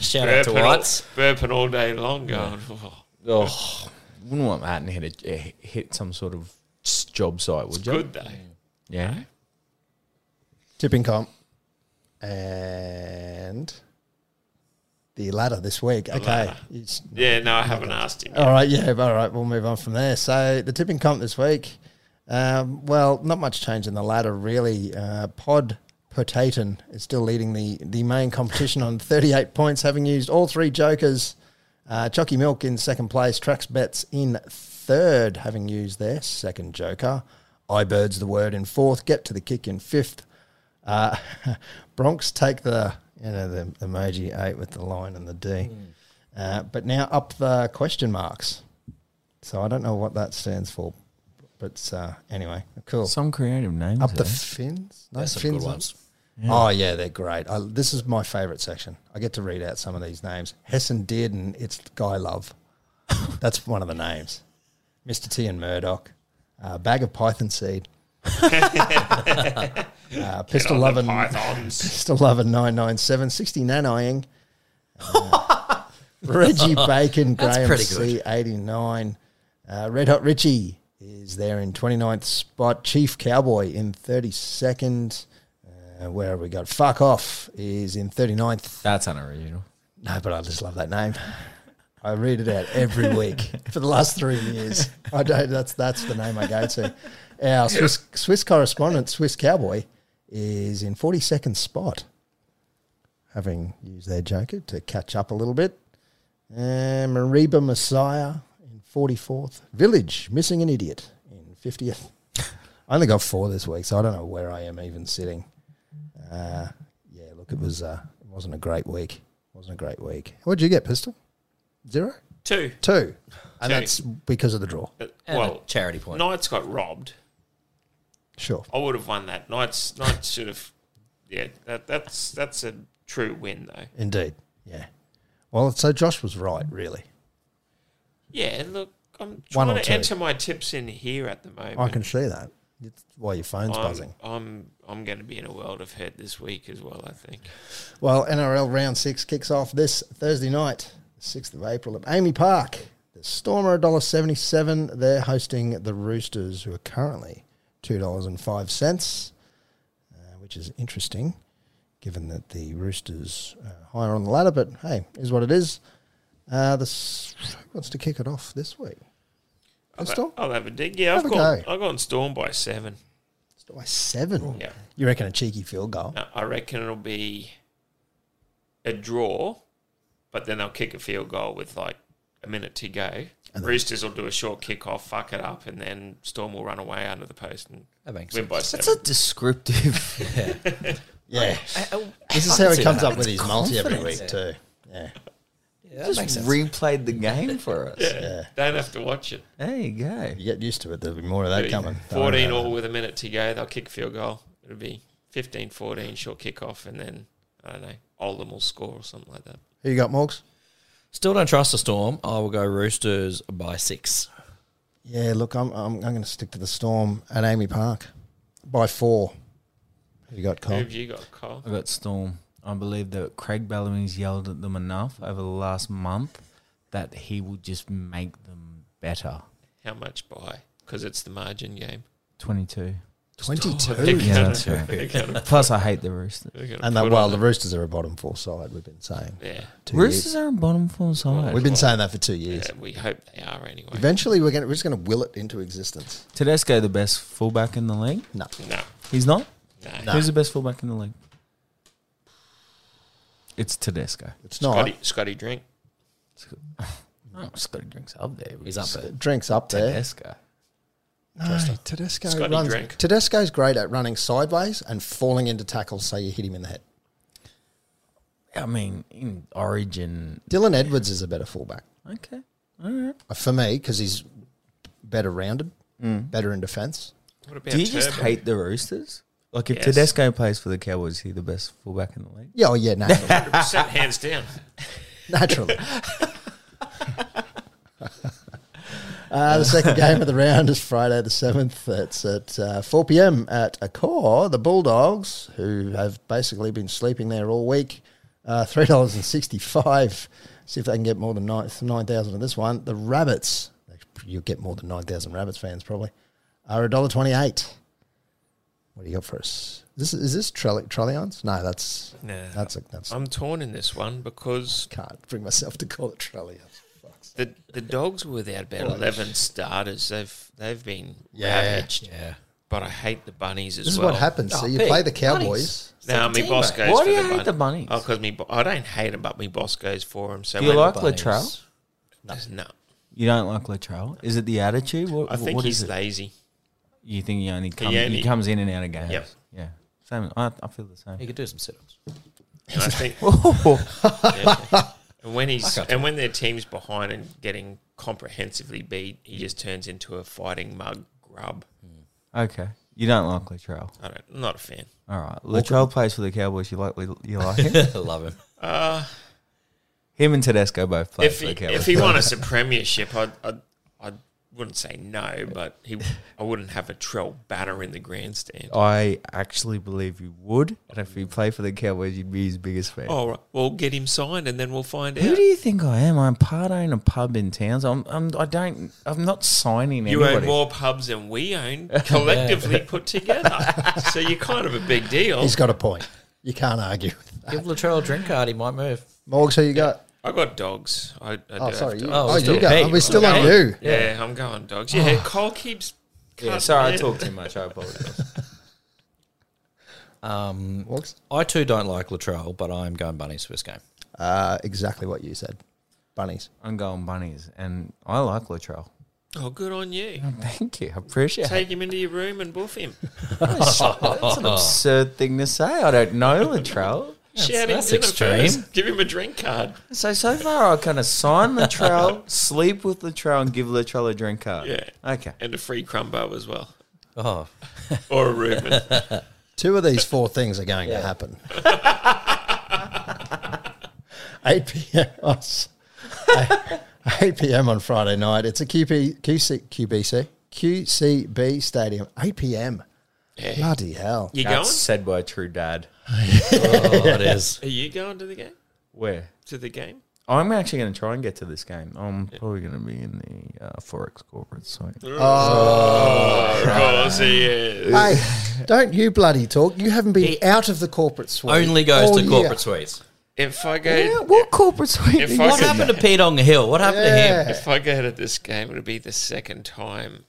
Shout out to Whites. all, burping all day long, going. Oh, Oh, wouldn't want that and hit a, eh, hit some sort of s- job site, would you? good though. Yeah. Tipping comp. And the ladder this week. okay. ladder. It's- Yeah, no, I haven't asked him. Yet. All right, yeah, all right, we'll move on from there. So the tipping comp this week, um, well, not much change in the ladder really. Uh, Pod Potaton is still leading the, the main competition on 38 points, having used all three jokers. Uh, Chucky Milk in second place, Trax Bets in third, having used their second joker. IBird's the word in fourth, Get to the Kick in fifth. Uh, Bronx take the you know the emoji eight with the line and the D, uh, but now up the question marks. So I don't know what that stands for, but uh, anyway, cool. Some creative names. up the eh? fins, no There's some fins. good on- ones. Oh yeah, they're great. I, this is my favorite section. I get to read out some of these names. Hessen Dearden, it's Guy Love. That's one of the names. Mr. T and Murdoch, uh, bag of python seed, uh, pistol On the loving. pythons. Pistol Lover 997, 60 nanoing. Uh, Reggie Bacon, That's Graham pretty good. C89. Uh, Red Hot Richie is there in 29th spot. Chief Cowboy in 32nd. Uh, where have we got? Fuck Off is in 39th. That's unoriginal. No, but I just love that name. I read it out every week for the last three years. I don't. That's that's the name I go to. Our Swiss Swiss correspondent, Swiss Cowboy, is in forty second spot, having used their joker to catch up a little bit. And Mariba Messiah in forty fourth. Village missing an idiot in fiftieth. I only got four this week, so I don't know where I am even sitting. Uh, yeah, look, it was uh, it wasn't a great week. wasn't a great week. What'd you get, Pistol? Zero, Two. two, and Two. that's because of the draw. Uh, And a well, charity point. Knights got robbed. Sure. I would have won that. Knights, Knights should have. Yeah, that, that's that's a true win though. Indeed. Yeah. Well, so Josh was right, really. Yeah, look, I'm One trying or to two. enter my tips in here at the moment. I can see that. It's why your phone's I'm, buzzing. I'm I'm going to be in a world of hurt this week as well. I think. Well, NRL round six kicks off this Thursday night, sixth of April at Amy Park. The Storm are $1.77. They're hosting the Roosters, who are currently two dollars and five cents, uh, which is interesting, given that the Roosters are higher on the ladder. But hey, is what it is. Uh, the s- who wants to kick it off this week? The Storm I'll have a dig. Yeah, Have I've a gone. go. I've gone Storm by seven. Storm by seven. Yeah, You reckon a cheeky field goal? No, I reckon it'll be a draw, but then they'll kick a field goal with like a minute to go. Roosters will do a short kick off, fuck it up, and then Storm will run away under the post and That makes win sense. by That's seven. a descriptive. Yeah, this I is can how he see comes that. up with his multi every week confidence. too. Yeah, Yeah, that makes just sense. replayed the game for us. yeah. Don't have to watch it. There you go. You get used to it. There'll be more of that coming. Fourteen all with a minute to go. They'll kick a field goal. It'll be 15-14, short kick off, and then I don't know. Oldham will score or something like that. Who you got, Morgs? Still don't trust the Storm. I will go Roosters by six. Yeah, look, I'm I'm, I'm going to stick to the Storm at Amy Park by four. Who you got, Who Cole? have you got, Cole? I got Storm. I believe that Craig Bellamy's yelled at them enough over the last month that he will just make them better. How much by? Because it's the margin game. 22. Oh, 22. they're Yeah, gonna- that's right. they're gonna- Plus, I hate the Roosters. they're gonna And put that, on well, the a- Roosters are a bottom four side, we've been saying. Yeah. Two Roosters are in bottom four years. side. We've been saying that for two years. yeah, uh, we hope they are anyway. Eventually, we're, gonna, we're just going to will it into existence. Tedesco, the best fullback in the league. No. no, He's not. no. No. Who's the best fullback in the league? It's Tedesco. It's not. Scotty, Scotty drink. Oh, Scotty drinks up there. He's up there. Drinks up there. Tedesco. No, Tedesco Scotty runs. drink. Tedesco's great at running sideways and falling into tackles, so you hit him in the head. I mean, in Origin. Dylan Edwards is a better fullback Okay. All right. Uh, for me because he's better rounded, better in defence. What about Do you just Turbo? hate the Roosters? Like, if Yes. Tedesco plays for the Cowboys, is he the best fullback in the league? Yeah, oh yeah, naturally. 100% hands down. naturally. Uh, the second game of the round is Friday the 7th. It's at uh, 4 p.m. at Accor. The Bulldogs, who have basically been sleeping there all week, uh, $3.65. See if they can get more than nine- 9,000 of this one. The Rabbits, you'll get more than 9,000 Rabbits fans probably, are $1.28. What do you got for us? This, is this Trelli- Trellions? No, that's No. that's a, that's I'm torn in this one because can't bring myself to call it Trellions. Fucks. the the dogs were without about eleven starters. They've they've been Yeah. ravaged. Yeah. But I hate the bunnies as This is well. what happens. so Oh, you Pete, play the Bunnies. Cowboys. It's Now like a my team, boss mate. goes. Why for do you the hate bun- the bunnies? Oh, because me. bo- I don't hate them, but my boss goes for them. So Do you when like the Latrell? bunnies- No, You don't like Latrell? Is it the attitude? What, I think what he's is it? lazy. You think he only comes, only- he comes in and out of games? Yep. Yeah. Same. I, I feel the He same. could do some sit-ups. And I think. Oh. Yeah. And when he's and when their team's behind and getting comprehensively beat, he just turns into a fighting mug grub. Okay. You don't like Latrell. I don't. I'm not a fan. All right. Latrell plays for the Cowboys. You like you like him? I love him. him and Tedesco both play if for he, the Cowboys. if he won us a premiership, I I I wouldn't say no, but he I wouldn't have a Trell banner in the grandstand. I actually believe you would, and if you play for the Cowboys, you'd be his biggest fan. All right, well get him signed and then we'll find Oh, Who out. do you think I am? I'm part owner of a pub in towns. I'm, I'm I don't I'm not signing You anybody. own more pubs than we own collectively put together, so you're kind of a big deal. He's got a point. You can't argue with that. Give Latrell a drink card. He might move. Morgs, who you got? I got dogs. I, I Oh, do sorry. Have You, dogs. Oh, oh, it's you still got. Pete. Are we still I'm on going- you? Yeah, I'm going dogs. Yeah, Cole keeps. Yeah, cutting sorry, I it. talk too much. I apologize. Um, Morgs? I too don't like Latrell, but I'm going bunnies for this game. Uh, exactly what you said. Bunnies. I'm going bunnies, and I like Latrell. Oh, good on you. Thank you, I appreciate. it. Take him into your room and buff him. That's an absurd thing to say. I don't know Latrell. Shout that's him dinner extreme. first. Give him a drink card. So so far, I kind of sign Latrell, sleep with Latrell, and give Latrell a drink card. Yeah. Okay. And a free crumbo as well. Oh, Or a Reuben. Two of these four things are going to happen. 8 p.m. on Oh, s- 8 p.m. on Friday night. It's a QP, QC, QBC, QCB Stadium. 8 p.m. Bloody hell. You That's said by a true dad. oh it is. going? Are you going to the game? Where? To the game? I'm actually going to try and get to this game. I'm probably going to be in the uh, Forex corporate site. Of course he is. Hey, don't you bloody talk. You haven't been out of the corporate suite. Only goes all to year. corporate suites. If I go, Yeah, what corporate suite? If are you I in? What happened to Pete on the hill? What happened to him? Yeah. if I go to this game, it'll be the second time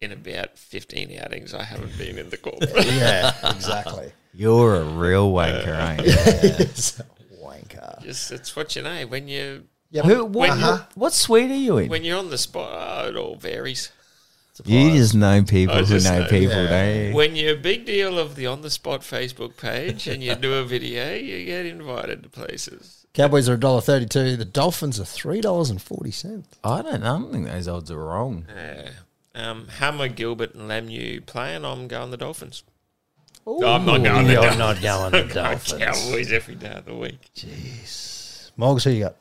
in about fifteen outings I haven't been in the corporate. Yeah, exactly. You're a real wanker, Uh, ain't you? It's a wanker. Just it's what you know when you Yeah, Who, what, Uh-huh. what suite are you in? when you're on the spot. Oh, it all varies. you just know people I who just know, know, people, yeah. don't you? When you're a big deal of the on the spot Facebook page and you do a video, you get invited to places. Cowboys are $1.32. The Dolphins are $3.40. I don't know. I don't think those odds are wrong. Yeah. Um, Hammer, Gilbert, and Lemieux playing. I'm going the Dolphins. I'm not going the Dolphins. not going to Cowboys every day of the week. Morgs, who you got?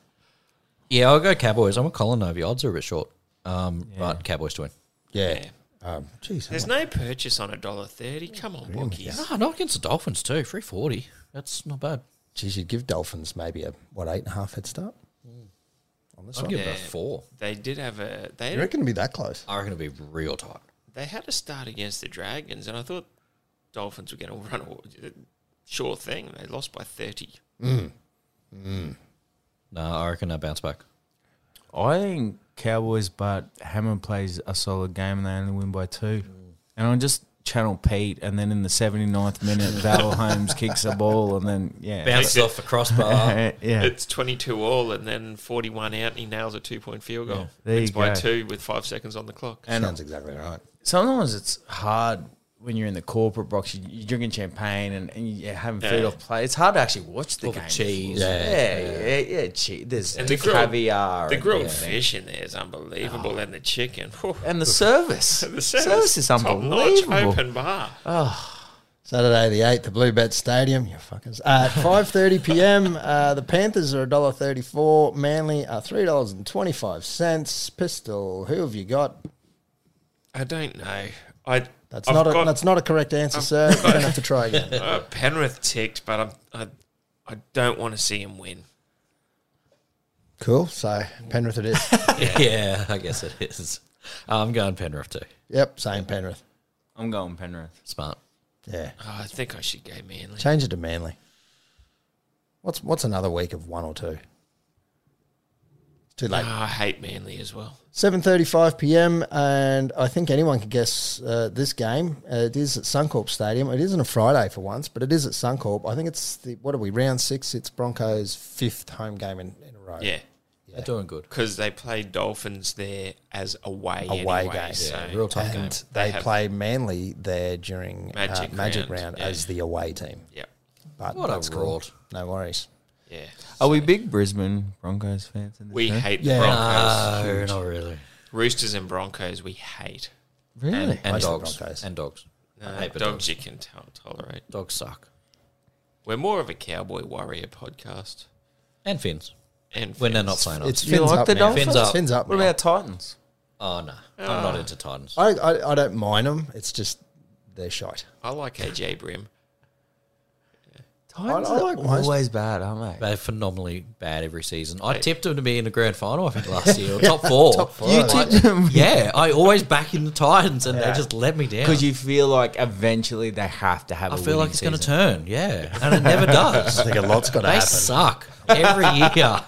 Yeah, I'll go Cowboys. I'm a Colin Nova. Odds are a bit short. Um, But Cowboys to win. Yeah. Um, geez, There's no purchase on a dollar thirty. Come on, bookies. No, Ah, not against the Dolphins too. Three forty. That's not bad. geez, you'd give Dolphins maybe a what eight and a half head start on this I'd one. give it Yeah. a four. They did have a they You reckon it'd be that close? I reckon it'd be real tight. they had a start against the Dragons, and I thought Dolphins were going to run a sure thing. They lost by thirty. No, I reckon they bounce back. I think Cowboys, but Hammond plays a solid game and they only win by two. And I just channel Pete, and then in the 79th minute, Val Holmes kicks a ball, and then, yeah. Bounces off the crossbar. yeah. It's twenty-two all, and then forty-one out. And he nails a two-point field goal. There Wins you by go. two with five seconds on the clock. Sounds exactly right. sometimes it's hard when you're in the corporate box. You, you're drinking champagne and, and you're having food Yeah. off plate. It's hard to actually watch the All the game. cheese. Yeah, yeah, yeah. cheese. There's And and the the grilled- caviar. The and grilled everything. fish in there is Oh. unbelievable, and the chicken. And the service. the service, service is top-notch unbelievable. Open bar. Saturday the eighth, the Blue Bet Stadium. You fuckers. Uh, At five thirty p.m., uh, the Panthers are $1.34. Manly are three dollars and twenty-five cents. Pistol. Who have you got? I don't know. I That's I've not a got- Um, that's not a correct answer, sir. You're gonna have to try again. uh, Penrith ticked, but I'm, I I don't want to see him win. Cool. So Penrith it is. yeah. I guess it is. I'm going Penrith too. Yep, same Penrith. I'm going Penrith. Smart. Yeah. Oh, I think I should go Manly. Change it to Manly. What's what's another week of one or two? It's Too late. Oh, I hate Manly as well. 7.35 p.m. and I think anyone can guess uh, this game. Uh, it is at Suncorp Stadium. It isn't a Friday for once, but it is at Suncorp. I think it's, the, what are we, round six? It's Broncos' fifth home game in, in a row. Yeah, They're doing good. because they play Dolphins there as away Away anyway, game. So Real tough game. And they, They have- play Manly there during Magic, Magic uh, Magic Round, Round yeah. as the away team. yeah, But What that's a cool. rort. No worries. yeah. Are we big Brisbane Broncos fans? In this We show? hate Yeah. the Broncos, No, not really. Roosters and Broncos. We hate. really. And Mostly dogs. Broncos. And dogs. No, I hate the dogs dogs. you can tol- tolerate. Dogs suck. We're more of a cowboy warrior podcast. And fins. And When they're not Finns. playing It's us. You fins like up the now. Dolphins? Fins up. Fins up What now. about Titans? Oh, no. I'm not into Titans. I, I, I don't mind them. It's just they're shite. I like AJ Brim. Titans I like are most- always bad, aren't they? They're phenomenally bad every season. I tipped them to be in the grand final, I think, last year, or top four. top four. You tipped yeah, I always back in the Titans, and they just let me down. Because you feel like eventually they have to have. I a feel like winning it's going to season. turn, yeah, and it never does. I think a lot's got to They happen. suck every year.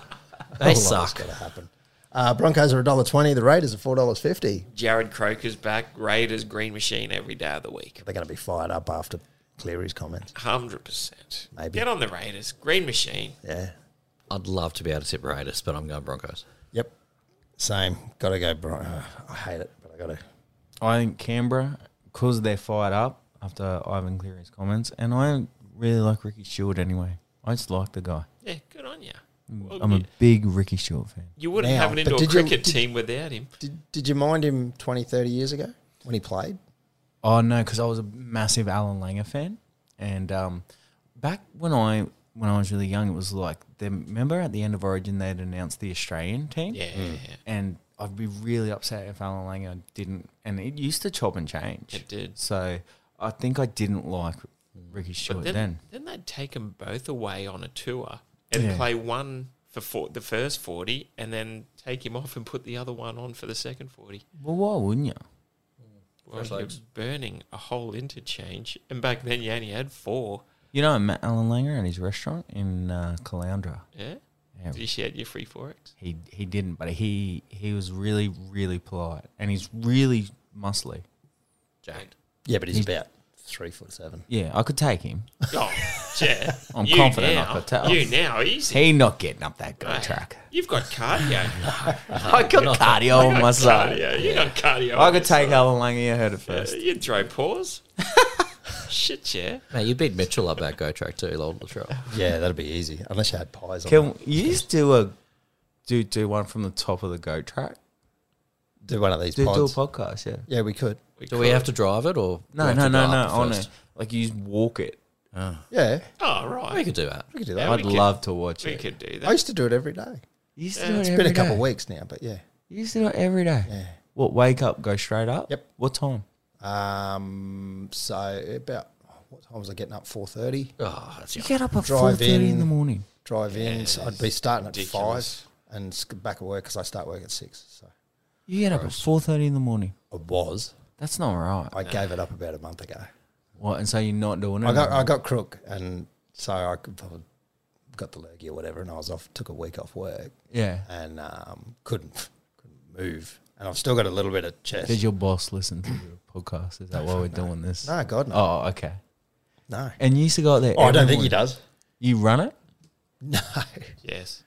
They suck. got to happen. Uh, Broncos are $1.20. The Raiders are $4.50. Jared Croker's back. Raiders green machine every day of the week. They're going to be fired up after Cleary's comments. Hundred percent. Maybe. get on the Raiders green machine. Yeah. I'd love to be able to tip Raiders, but I'm going Broncos. Yep. Same. Got to go. Bron- uh, I hate it, but I got to. I think Canberra, because they're fired up after Ivan Cleary's comments, and I don't really like Ricky Stewart anyway. I just like the guy. Yeah, good on you. Mm, Well, I'm a you, big Ricky Stewart fan. you wouldn't Now, have an but indoor did you- cricket did- team without him. Did, did you mind him 20, 30 years ago when he played? Oh no, because I was a massive Alan Langer fan, and um, back when I when I was really young, it was like the remember at the end of Origin they'd announced the Australian Mm. team. Yeah, and I'd be really upset if Alan Langer didn't. And it used to chop and change. It did. So I think I didn't like Ricky Stewart then, then. then they'd take them both away on a tour and Yeah. play one for four, the first forty, and then take him off and put the other one on for the second forty. Well, why wouldn't you? Well, you're burning a whole interchange, and back then you only had four. You know, I met Alan Langer at his restaurant in uh, Caloundra. Yeah, Yeah. did you shout your free forex? He he didn't, but he he was really really polite, and he's really muscly. Jacked. Yeah, but he's about three foot seven. Yeah, I could take him. Oh, yeah. I'm confident I now, could tell. You now, easy. He not getting up that good Mate, track. You've got cardio. I got cardio on my side. cardio. You got cardio. I on could your take side. Alan Langer. You heard it first. You'd throw paws. Shit, yeah. Mate, you beat Mitchell up that go track too, Lord Latrell. Yeah, that'd be easy. Unless you had pies on it. Can you just do a do do one from the top of the goat track? Do one of these Do, do a pods. podcast, yeah. yeah, we could. Do we have to drive it or do we No, have no, to no, go no. up On first? it, like you just walk it. Yeah, Oh, We right. could do that. we could do that. Yeah, I'd we could- love to watch We it. could do I that. used to do it every day. You used to Yeah, do it it's It's been a couple of weeks now, but yeah. You used to do it every day. Yeah. What wake up, go straight up? Yep. What time? Um, so about what time was I getting up? Four thirty. Oh, that's You get up at Drive four thirty in in. the morning. Drive in. So I'd be starting at ridiculous. five and s- back at work because I start work at six. So You get up at four thirty in the morning. I was. That's not right. I gave it up about a month ago. What? And so you're not doing it. I got anymore? I got crook and so I could probably got the lurgy or whatever, and I was off. Took a week off work yeah. and um, couldn't couldn't move. And I've still got a little bit of chest. Did your boss listen to the podcast? Is that why we're doing this? No, God, no. Oh, okay. no. And you used to go out there. Oh, I don't every think he morning. does. You run it? No, Yes.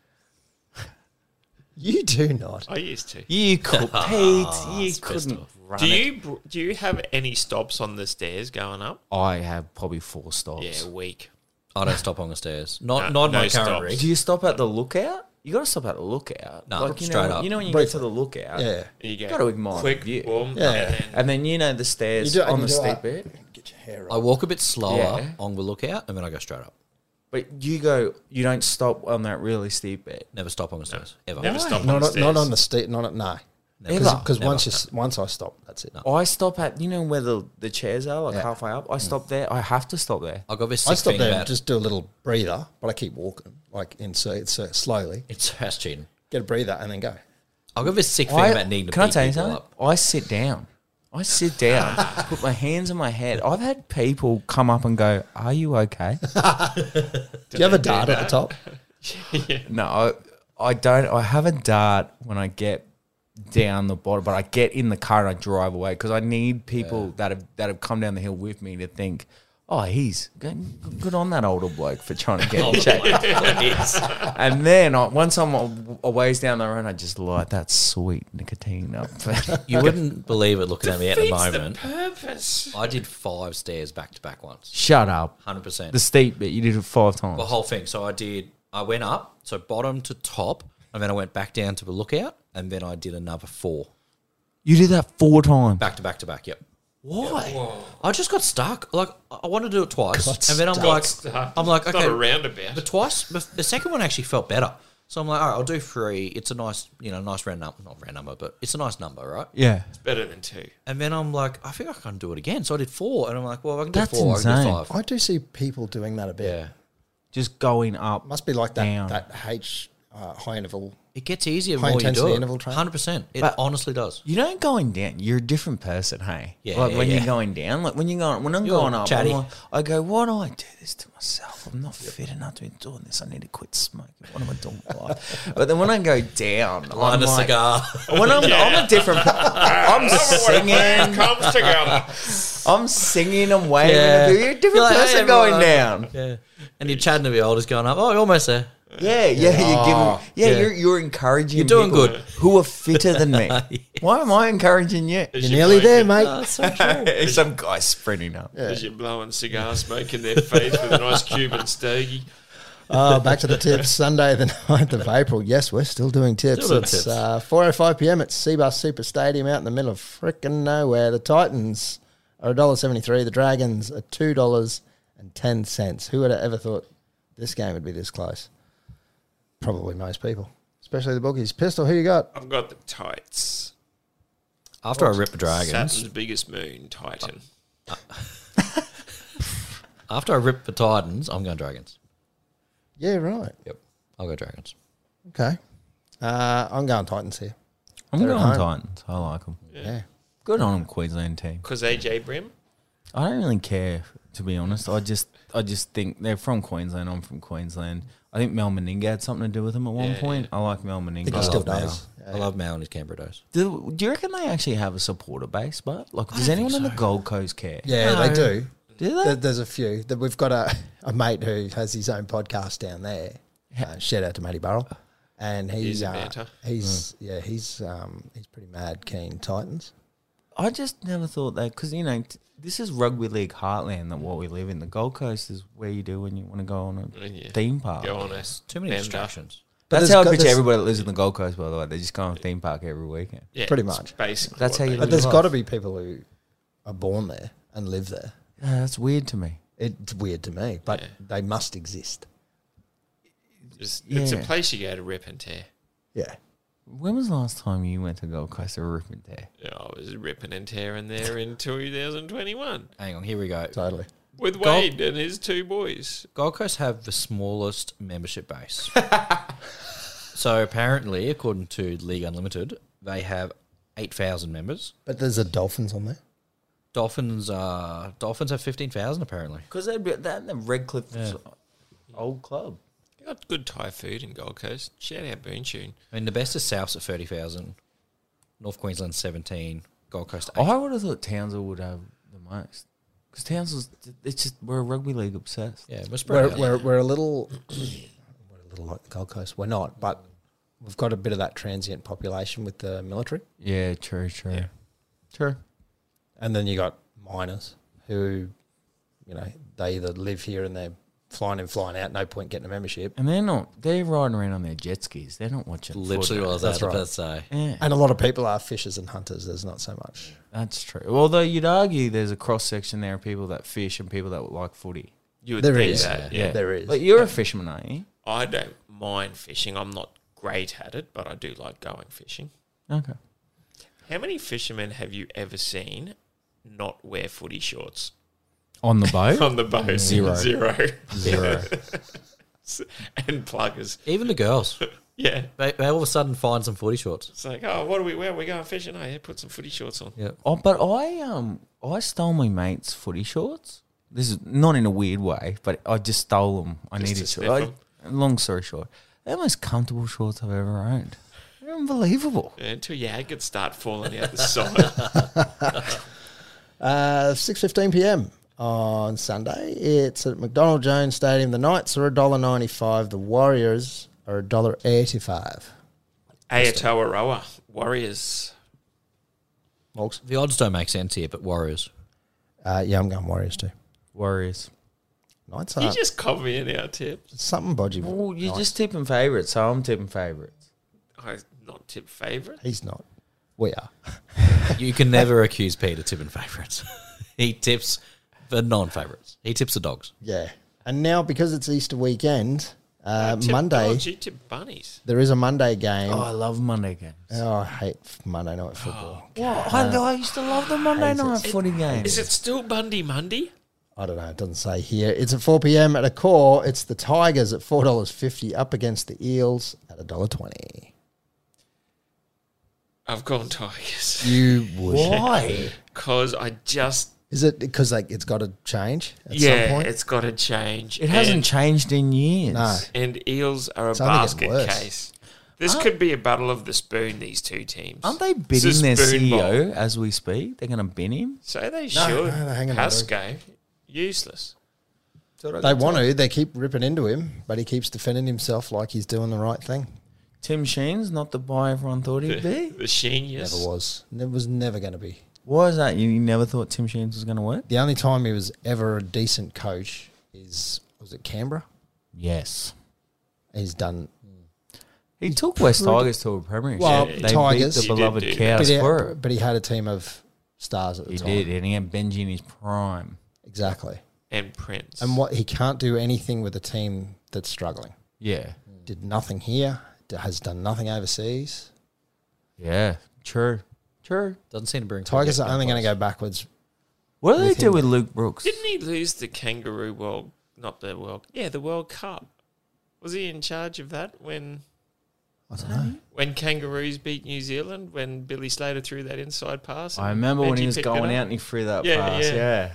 you do not. I used to. You could, Pete. You it's pissed couldn't off. run Do it. you br- do you have any stops on the stairs going up? I have probably four stops. Yeah, weak. I don't stop on the stairs. Not No, not my no current stops. rig. Do you stop at the lookout? You got to stop at the lookout. Nah, you straight know, up. You know when you Briefly. get to the Yeah. lookout, There you go. Gotta admire Quick, the view. boom, Yeah. and then- and then you know the stairs You do- on you the do steep that. bit. Get your hair I up. walk a bit slower Yeah. on the lookout, and then I go straight up. But you go, you don't stop on that really steep bit. Never stop on the stairs ever. Never stop on the Not, on- not stairs. on the steep. Not on, no. Never. Because Never. once you s- once I stop, that's it. I stop at you know where the, the chairs are, like halfway up. Mm. I stop there. I have to stop there. I got this I sick stop thing there about and just do a little breather, but I keep walking like in so it's uh, slowly. it's that's cheating. Get a breather and then go. I got this sick thing I- about needing to can I beat tell you people something? up. I sit down. I sit down, put my hands on my head. I've had people come up and go, "Are you okay?" Do you have a dart at the top? No, I, I don't. I have a dart when I get down the bottom, but I get in the car and I drive away because I need people that have that have come down the hill with me to think, oh, he's good, good on that older bloke for trying to Oh. get in check. and then I, once I'm a, a ways down the road, I just light that sweet nicotine up. You wouldn't believe it looking at me at the Defeats moment. purpose. I did five stairs back to back once. Shut up. Hundred percent. The steep bit you did it five times. The whole thing. So I did. I went up, so bottom to top, and then I went back down to the lookout, and then I did another four you did that four times. back to back to back. Yep. Why? I just got stuck. Like I I wanted to do it twice, and then I'm like, I'm like, It's okay, not a roundabout. The twice, the the second one actually felt better. So I'm like, all right, I'll do three. It's a nice, you know, nice round number, not round number, but it's a nice number, right? Yeah. Better than two. And then I'm like, I think I can do it again. So I did four, and I'm like, well, I can do That's four, I can insane. do five. I do see people doing that a bit. Yeah, Just going up. Must be like that Down. that H uh, high interval. it gets easier the High more you do intensity it. interval training? Hundred percent. It honestly does. You don't going down. You're a different person, hey. Yeah, Like when yeah. you're going down, like when you're going, when I'm You're going up, chatty. I'm like- I go, why do I do this to myself? I'm not fit enough to be doing this. I need to quit smoking. What am I doing? with my life? but then when I go down, I'm Light a like, cigar. when I'm, I'm a different. per- I'm It singing. comes together. I'm singing. I'm waving. Yeah. You're a different You're like, hey, person going everyone. down. yeah, and you're chatting to the oldest, going up. Oh, you're almost there. Yeah, yeah, you're giving. Yeah, Oh, Yeah. you're you're encouraging. You're doing good. Who are fitter than me? Why am I encouraging you? As You're nearly there, blowing- mate. Some guy sprinting up. As you're blowing cigar smoke in their face with an ice cube and stogie. Oh, back to the tips. Sunday, the 9th of April. Yes, we're still doing tips. Still doing it's tips. Uh, 4.05 p.m. at Seabus Super Stadium out in the middle of frickin' nowhere. The Titans are $1.73. The Dragons are $2.10. Who would have ever thought this game would be this close? Probably most people, especially the bookies. Pistol, who you got? I've got the tights. After I ripped the dragons, Saturn's biggest moon, Titan. after I ripped the titans, I'm going dragons. Yeah, right. Yep, I'll go dragons. Okay. Uh, I'm going Titans here. I'm They're at going home. Titans. I like them. Yeah. Good on them, Queensland team. Because AJ Brim. I don't really care, to be honest. I just, I just think they're from Queensland. I'm from Queensland. I think Mel Meninga had something to do with them at one Yeah, point. I like Mel Think Meninga. he I still love Mao. does. I love Mao and his Canberra days. Do, do you reckon they actually have a supporter base? But like, does anyone on the Gold Coast care? Yeah, they do. Do they? There- There's a few. That We've got a, a mate who has his own podcast down there. Uh, shout out to Matty Burrell, and he's He's a uh, banter. he's yeah he's um, he's pretty mad keen Titans. I just never thought that because you know t- this is rugby league heartland that what we live in. The Gold Coast is where you do when you want to go on a Yeah. theme park. Go on us. Too many distractions. But That's there's how I got- picture there's- everybody that lives in the Gold Coast. By the way, they just go on a theme park every weekend. Yeah, Pretty it's much. Basically. what That's how you they live But do. there's life. got to be people who are born there and live there. Yeah, that's weird to me. It's weird to me, but they must exist. It's, it's a Yeah. place you go to rip and tear. Yeah, When was the last time you went to Gold Coast to rip and tear? Yeah, I was ripping and tearing there in 2021 Hang on, here we go. Totally. with Gold- Wade and his two boys. Gold Coast have the smallest membership base. so apparently, according to League Unlimited, they have eight thousand members. But there's a Dolphins on there. Dolphins are Dolphins have fifteen thousand apparently. Because they'd be that and the Redcliffe was old club. They got good Thai food in Gold Coast. Shout out Boon Tune. I mean, the best is Souths at thirty thousand, North Queensland seventeen, Gold Coast eight. I would have thought Townsville would have the most. Because Townsville's, it's just, we're rugby league obsessed. yeah, we're spread We're, out. we're, we're a little, we're a little like the Gold Coast. We're not, but we've got a bit of that transient population with the military, Yeah, true, true. Yeah. True. and then you got miners who, you know, they either live here and they're flying in, flying out. No point getting a membership. And they're not, they're riding around on their jet skis. They're not watching Literally, what I was That's about right. to say. football. Yeah, And a lot of people are fishers and hunters. There's not so much. that's true. Although you'd argue there's a cross section there of people that fish and people that like footy. You would There think is, that. Yeah. yeah. There is. But you're a fisherman, aren't you? I don't mind fishing. I'm not great at it, but I do like going fishing. Okay. How many fishermen have you ever seen not wear footy shorts On the boat? on the boat? Zero. Zero. Zero. and pluggers. Even the girls, Yeah. eh? they, they all of a sudden find some footy shorts. It's like, oh, what do we wear? We're going fishing. Oh, yeah, put some footy shorts on. Yeah, oh, but I um I stole my mate's footy shorts. This is not in a weird way, but I just stole them. I Just to needed sniff to. 'em. I- long story short, they're the most comfortable shorts I've ever owned. They're unbelievable. Yeah, until your head could start falling out the side. Uh, 6.15 p.m. on Sunday. It's at McDonald Jones Stadium. The Knights are $1.95. The Warriors are $1.85. Aotearoa Warriors. Morgs? the odds don't make sense here, but Warriors. Uh, yeah, I'm going Warriors too. Warriors. Knights You are just copy in our tips. something bodgy. Well, you're Knights. just tipping favourites, so I'm tipping favourites. I not tip favourite. He's not. We are. You can never accuse Peter tipping favourites. he tips the non-favourites. He tips the dogs. Yeah. And now, because it's Easter weekend, uh, Tip Monday, dogs, you tip bunnies. there is a Monday game. Oh, I Oh, love Monday games. I hate f- Monday night football. What? I, I used to love the Monday night footy games. Is it still Bundy Monday? I don't know. It doesn't say here. It's at 4 p.m. at a core. It's the Tigers at $4.50 up against the Eels at $1.20. I've gone Tigers You would. Why? because I just Is it because like it's got to change at yeah, some point? it's got to change. It hasn't And, changed in years. No. and eels are a It's only getting basket worse. case. This could be a battle of the spoon. These two teams Aren't they It's a bidding their spoon bowl. CEO as we speak? They're going to bin him. So they No, should. no, no, hang on, Pasco, useless. They want to. They keep ripping into him, but he keeps defending himself like he's doing the right thing. Tim Sheen's not the boy everyone thought he'd be. The genius. Never was. Never was never going to be. Why is that? You you never thought Tim Sheen's was going to work? The only time he was ever a decent coach is was it Canberra? Yes. He's done. He took West Tigers to a premiership. Well, they Tigers- beat He the did beloved do that. But cows he, for it. but he had a team of stars at the He time. did, and he had Benji in his prime. Exactly. and Prince. And what he can't do anything with a team that's struggling. Yeah, Did nothing here. d- Has done nothing overseas. yeah, true, true. Doesn't seem to bring Tigers are only going to go backwards. What do they With do him. with Luke Brooks? Didn't he lose the Kangaroo World? Not the World. Yeah, the World Cup. Was he in charge of that when I don't know. when Kangaroos beat New Zealand? When Billy Slater threw that inside pass? I and remember when Benji he was picked it going up? out and he threw that Yeah, pass. yeah. Yeah.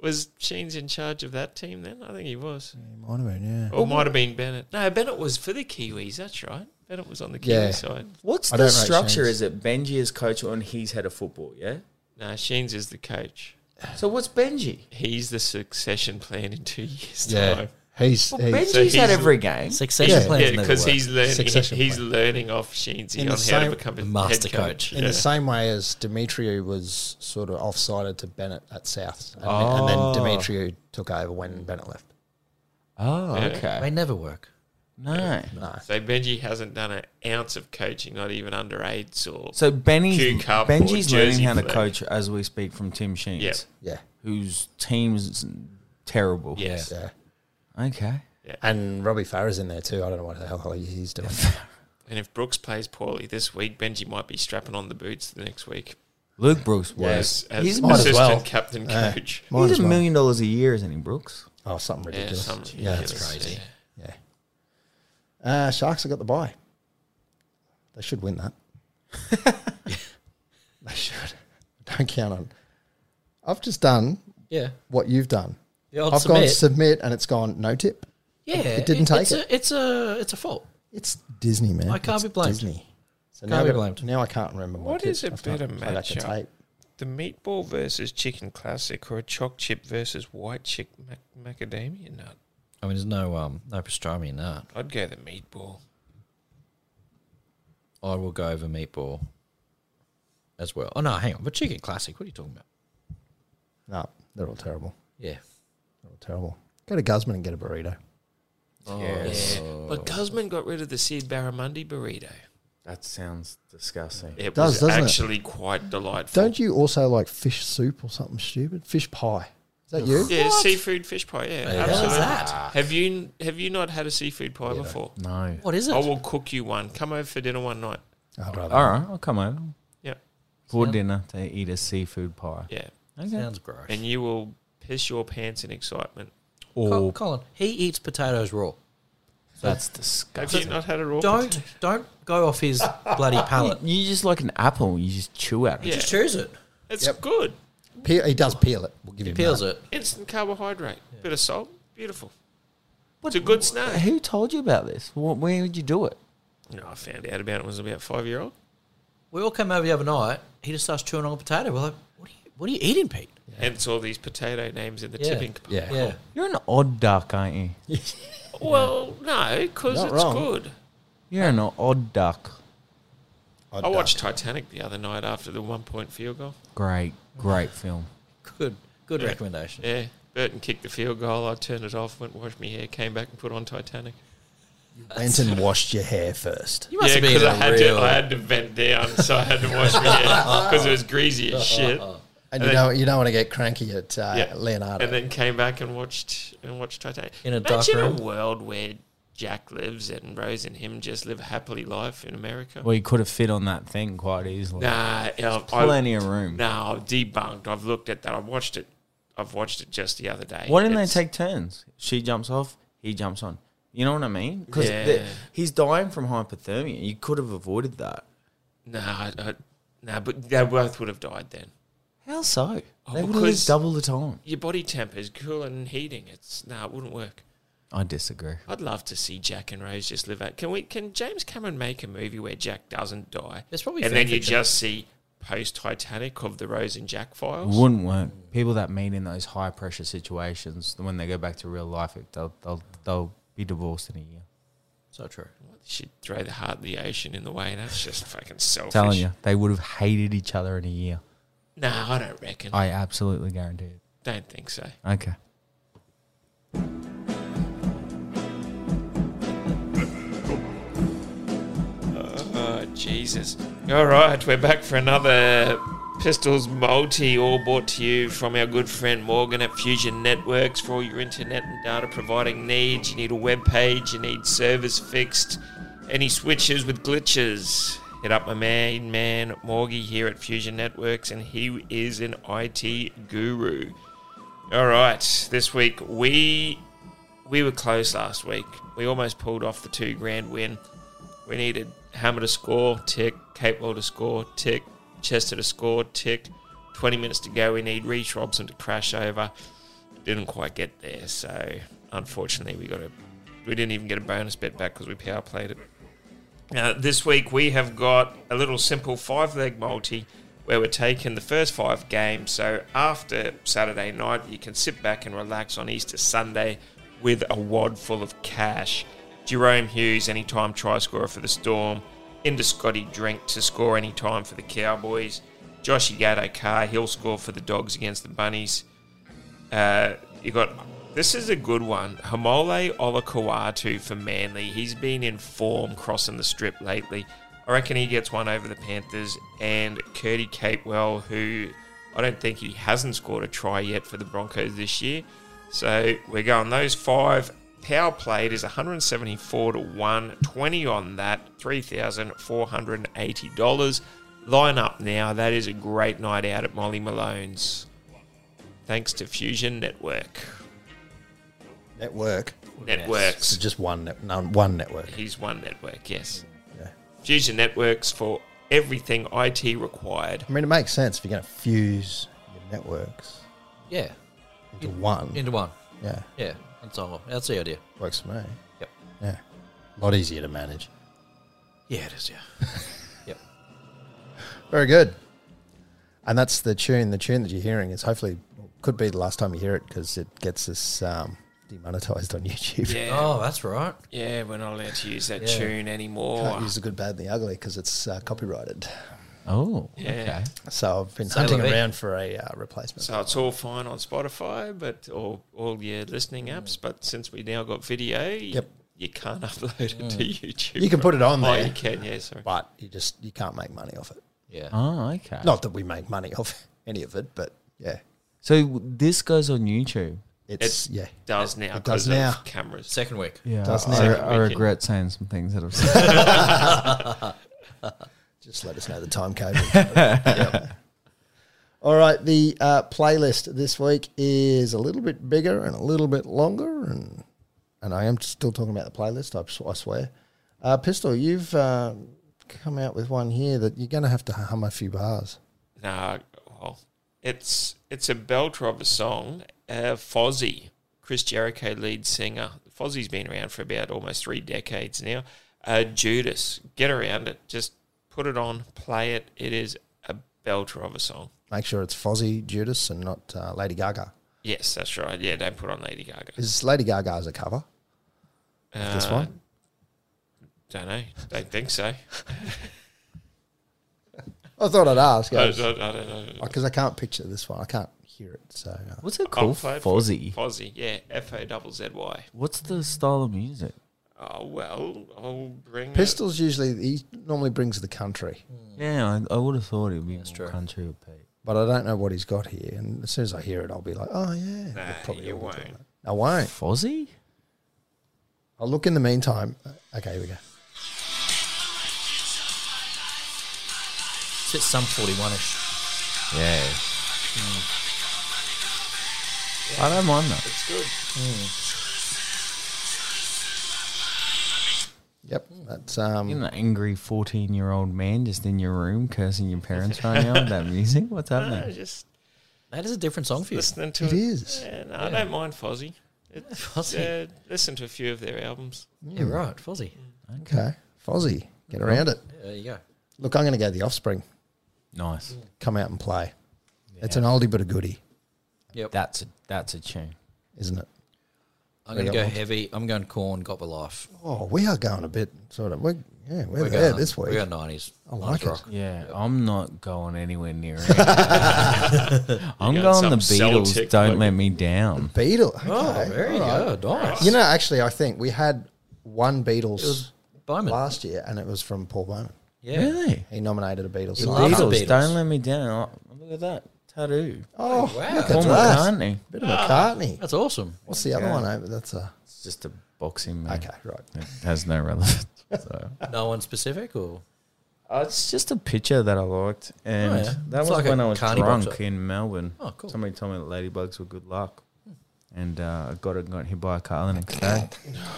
Was Sheen's in charge of that team then? I think he was. It might have been, yeah. Or it might have been Bennett. No, Bennett was for the Kiwis. That's right. Bennett was on the Kiwi Yeah. side. What's I the don't rate structure? Shane's. Is it Benji is coach and he's head of football? Yeah. No, Sheen's is the coach. So what's Benji? He's the succession plan in two years' Yeah. time. He's, Well, he's Benji's So he's- had every game. Succession Yeah. plans yeah, never because work. he's learning. Succession He's plan. learning off Sheensy In the on how same- to become a master head coach. coach. in Yeah. the same way as Demetriou was sort of offsided to Bennett at South, and, and then Oh. Demetriou took over when Bennett left. Oh, Yeah. They okay. never work. No. No, So Benji hasn't done an ounce of coaching, not even underage or So Benny's Cue cardboard Benji's learning jersey how to for that. coach as we speak from Tim Sheens, Yeah. yeah, whose team's terrible. yes, yeah. Okay. And Robbie Farah's in there too. I don't know what the hell he's doing. And if Brooks plays poorly this week, Benji might be strapping on the boots the next week. Luke Brooks was. Yes, as he's might as assistant well. captain Yeah. coach. Might he's as a well. million dollars a year, isn't he, Brooks? Oh, something Yeah, ridiculous. some Yeah, that's ridiculous, crazy. yeah. Yeah. Uh, Sharks have got the bye. They should win that. they should. Don't count on. I've just done Yeah. what you've done. The old I've gone submit. submit and it's gone no tip. yeah. it didn't it's take A, it's a it's a fault. It's Disney, man. I can't It's be blamed. Disney. So Can't now, be I- blamed. now I can't remember my What tips. is a I've got to better play back the matchup? tape. The meatball versus chicken classic, or a choc chip versus white chick mac- macadamia nut. I mean, there's no um no pastrami in that. I'd go the meatball. I will go over meatball as well. Oh no, hang on. But chicken classic. What are you talking about? No, they're all terrible. Yeah. They're all terrible. Go to Guzman and get a burrito. Yes. But Guzman got rid of the Sid Barramundi burrito. That sounds disgusting. It Does, was doesn't it? actually quite delightful. Don't you also like fish soup or something stupid? Fish pie. Is that you? Yeah, seafood fish pie. Yeah, hell is absolutely. that? Have you have you not had a seafood pie before? No. What is it? I will cook you one. Come over for dinner one night. I'd rather. All right, I'll come over Yeah, for dinner to eat a seafood pie. yeah. Okay. Sounds gross. And you will piss your pants in excitement. Col- Colin, he eats potatoes raw. Oh, That's Have disgusting. you not had a raw? Don't don't go off his bloody palate. You just like an apple, you just chew at it. Yeah. Just choose it. It's good. Peel, he does peel it. We'll give He him peels that. it. Instant carbohydrate. Bit of salt. Beautiful. It's a good snack. Who told you about this? Wh- Where would you do it? No, I found out about it when I was about five year old. We all came over the other night. He just starts chewing on a potato. We're like, what are you, what are you eating, Pete? Hence all these potato names in the Yeah. tipping. Yeah. Yeah. You're an odd duck, aren't you? Well, no, because Not it's wrong. good. You're an odd duck. I'd I do watched Titanic the other night after the one point field goal. Great, great film. Good. Good recommendation. Yeah. Burton kicked the field goal. I turned it off, went and washed my hair, came back and put on Titanic. it. Went and washed your hair first. You must yeah, have been because I a had real. to, I had to vent down, so I had to wash my hair because it was greasy Uh-huh. as shit. And, you, know, you don't want to get cranky at uh, Yeah. Leonardo. And then came back and watched and watched Titanic. In a dark Imagine room. a world where Jack lives and Rose and him just live a happily life in America. Well, you could have fit on that thing quite easily. Nah, I've, Plenty of room. Nah, I've debunked. I've looked at that. I've watched it. I've watched it just the other day. Why didn't It's- they take turns? She jumps off, he jumps on. You know what I mean? Because Yeah. he's dying from hypothermia. You could have avoided that. Nah, I, I, nah, but they both would have died then. How so? Oh, they would have because- lived double the time. Your body temp is cooling and heating. It's nah, it wouldn't work. I disagree. I'd love to see Jack and Rose just live out. Can we? Can James Cameron make a movie where Jack doesn't die? There's probably and fan then you fiction. just see post Titanic of the Rose and Jack It files. wouldn't work. People that meet in those high pressure situations, when they go back to real life, it- they'll they'll they'll be divorced in a year. So true. She'd throw the heart in the ocean in the way. That's just fucking selfish. Telling you, they would have hated each other in a year. Nah, I don't reckon. I I absolutely guarantee it. don't think so. Okay. Oh Jesus! All right, we're back for another Pistols Multi, all brought to you from our good friend Morgan at Fusion Networks for all your internet and data providing needs. You need a web page, you need servers fixed, any switches with glitches. Hit up my main man Morgy here at Fusion Networks, and he is an IT guru. All right, this week we we were close last week. We almost pulled off the two grand win. We needed Hammer to score, tick. Capewell to score, tick. Chester to score, tick. 20 minutes to go. We need Reece Robson to crash over. Didn't quite get there, so unfortunately we got a we didn't even get a bonus bet back because we power played it. Now Uh, this week we have got a little simple five leg multi where we're taking the first five games. So after Saturday night, you can sit back and relax on Easter Sunday with a wad full of cash. Jerome Hughes, anytime try scorer for the Storm. Into Scotty Drink to score anytime for the Cowboys. Josh Gato Carr, he'll score for the Dogs against the Bunnies. Uh, you got this is a good one. Hamole Olakawatu for Manly. He's been in form crossing the strip lately. I reckon he gets one over the Panthers and Curdy Capewell, who I don't think he hasn't scored a try yet for the Broncos this year. So we're going those five Power played is 174 to 120 on that, $3,480. Line up now. That is a great night out at Molly Malone's. Thanks to Fusion Network. Network. Networks. So just one, net, no, one network. He's one network, yes. Yeah. Fusion Networks for everything IT required. I mean, it makes sense if you're going to fuse your networks Yeah, into one. into one. yeah, Yeah, that's all. That's the idea. works for me. Yep. Yeah, a lot easier to manage. Yeah, it is. Yeah. yep. Very good. And that's the tune. The tune that you're hearing is hopefully could be the last time you hear it because it gets us um, demonetized on YouTube. Yeah. Oh, that's right. Yeah, we're not allowed to use that Yeah. tune anymore. Can't use the good, bad, and the ugly because it's uh, copyrighted. Oh, Yeah. okay. So I've been Son of a hunting bitch. around for a uh, replacement. So it's all fine on Spotify, but or all your listening apps. But since we now got video, Mm. Yep. Mm. you can't upload it to YouTube. you can put it on Oh, there, you can. Yeah, sorry. but you just you can't make money off it. Yeah. Oh, okay. Not that we make money off any of it, but yeah, So w- this goes on YouTube. it's, yeah. Does now It does because now. of cameras. Second week. Yeah, Doesn't I, it? I regret saying some things that I've said. Just let us know the time code. Yep. All right, the uh, playlist this week is a little bit bigger and a little bit longer, and and I am still talking about the playlist. I, s- I swear, uh, Pistol, you've uh, come out with one here that you're going to have to hum a few bars. Nah, well, it's it's a belter of a song. Uh, Fozzy, Chris Jericho lead singer. Fozzy's been around for about almost three decades now. Uh, Judas, get around it. Just put it on, play it. It is a belter of a song. Make sure it's Fozzy Judas and not uh, Lady Gaga. Yes, that's right. Yeah, don't put on Lady Gaga. Is Lady Gaga's a cover? Uh, This one. Don't know. Don't think so. I thought I'd ask I, I, I because don't know. I can't picture this one. I can't hear it. So uh, What's it I'll called? play it for- Fozzy. Fozzy, yeah. F O double Z Y. What's the style of music? Oh, well, I'll bring Pistol. Pistols usually he normally brings the country. Yeah, I, I would have thought it would be more true. country or Pete. but I don't know what he's got here. And as soon as I hear it, I'll be like, oh, yeah. Nah, We'll probably you all be doing won't. that. I won't. Fozzy? I'll look in the meantime. Okay, here we go. It's at some 41 ish. Yeah. I don't mind that. It's good. Yep, that's um, You're an angry 14 year old man just in your room cursing your parents right now with that music. What's No, happening? Uh, just That is a different song for you. listening to Hmm. it it. is. Yeah, no, I don't mind Fozzy. It's, Fozzy. Uh, listen to a few of their albums. Yeah, right. Fuzzy. Okay, Fozzy, get around it. Yeah, there you go. Look, I'm going to go the Offspring. Nice. Come out and play. It's an oldie but a goodie, Yep. That's a, that's a tune. isn't it? I'm going to They go got one. heavy. I'm going corn, got my life. Oh, we are going a bit sort of. We yeah, we're, We're there going- this week. We're going 90s. I like 90s it. rock. Yeah, I'm not going anywhere near it. I'm You're going going some the Beatles. Celtic don't bloke. let me down. Beatles. Okay. Oh, very all right. good. Nice. You know, actually, I think we had one Beatles It was Bowman. last year, and it was from Paul Bowman. yeah. Really? He nominated a Beatles. He song. loved Beatles, the Beatles. don't let me down. Oh, Look at that tattoo. Oh, Wow. Oh. look Paul at that. McCartney. Bit of McCartney. That's awesome. What's the other one? over? That's a It's just a boxing man. okay, right. It has no relevance. So. No one specific or? Uh, it's just a picture that I liked, and Oh, yeah. that It's was like when a I was carny drunk boxer. in Melbourne. Oh, cool. Hmm. Somebody told me that ladybugs were good luck, and uh, I got it, got hit by a car the next day.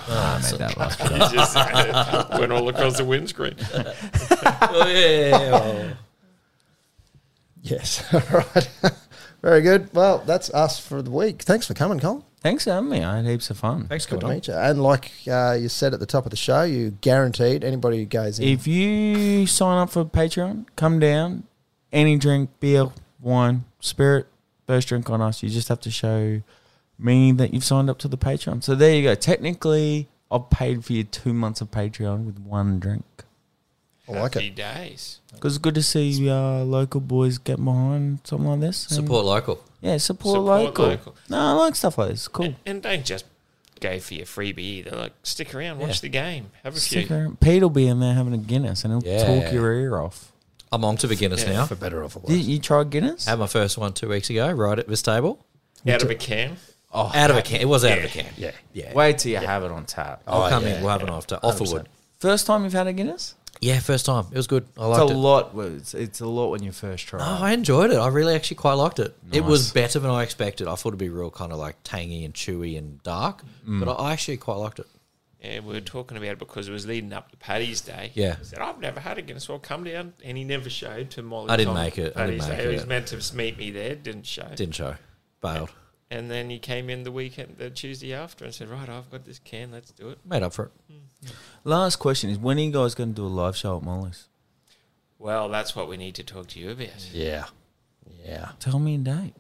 Ah, I made that last You just uh, went all across the windscreen. oh, yeah. Yes, all right. Very good. Well, that's us for the week. Thanks for coming, Colin. Thanks for having me. I had heaps of fun. Thanks, Good to Gordon. meet you. And like uh, you said at the top of the show, you guaranteed anybody who goes in. If you sign up for Patreon, come down. Any drink, beer, wine, spirit, first drink on us. You just have to show me that you've signed up to the Patreon. So there you go. Technically, I've paid for your two months of Patreon with one drink. I like Happy it. days. Because it's good to see uh, local boys get behind something like this. and- Support local. Yeah, support, Support local. local. No, I like stuff like this. Cool. And, and don't just go for your freebie either. Like, stick around, watch Yeah. the game, have a Stick few. around. Pete will be in there having a Guinness and he'll Yeah. talk your ear off. I'm on to the Guinness Yeah. now. For better or for Did worse. you try Guinness? Had my first one two weeks ago, right at this table. Out of a can. Oh, Out of a can. It was out of a can. Yeah. Yeah. Wait till you have it on tap. I'll Oh, come yeah, in. We'll have an yeah. after. Offerwood. 100%. First time you've had a Guinness? Yeah, first time. It was good. I liked It's a it. lot. It's, it's a lot when you first try. Oh, I enjoyed it. I really actually quite liked it. It was Nice. better than I expected. I thought it'd be real kind of like tangy and chewy and dark, but I I actually quite liked it. Yeah, we were talking about it because it was leading up to Paddy's Day. Yeah. He said, I've never had a Guinness. Well, come down. And he never showed to Molly. I didn't Tom make it. I Paddy's didn't Day. make He was it. meant to meet me there. Didn't show. Didn't show. Bailed. And then he came in the weekend, the Tuesday after, and said, Right, I've got this can. Let's do it. Made up for it. Last question is when are you guys going to do a live show at Molly's? Well, that's what we need to talk to you about. Yeah. Yeah. Tell me a date.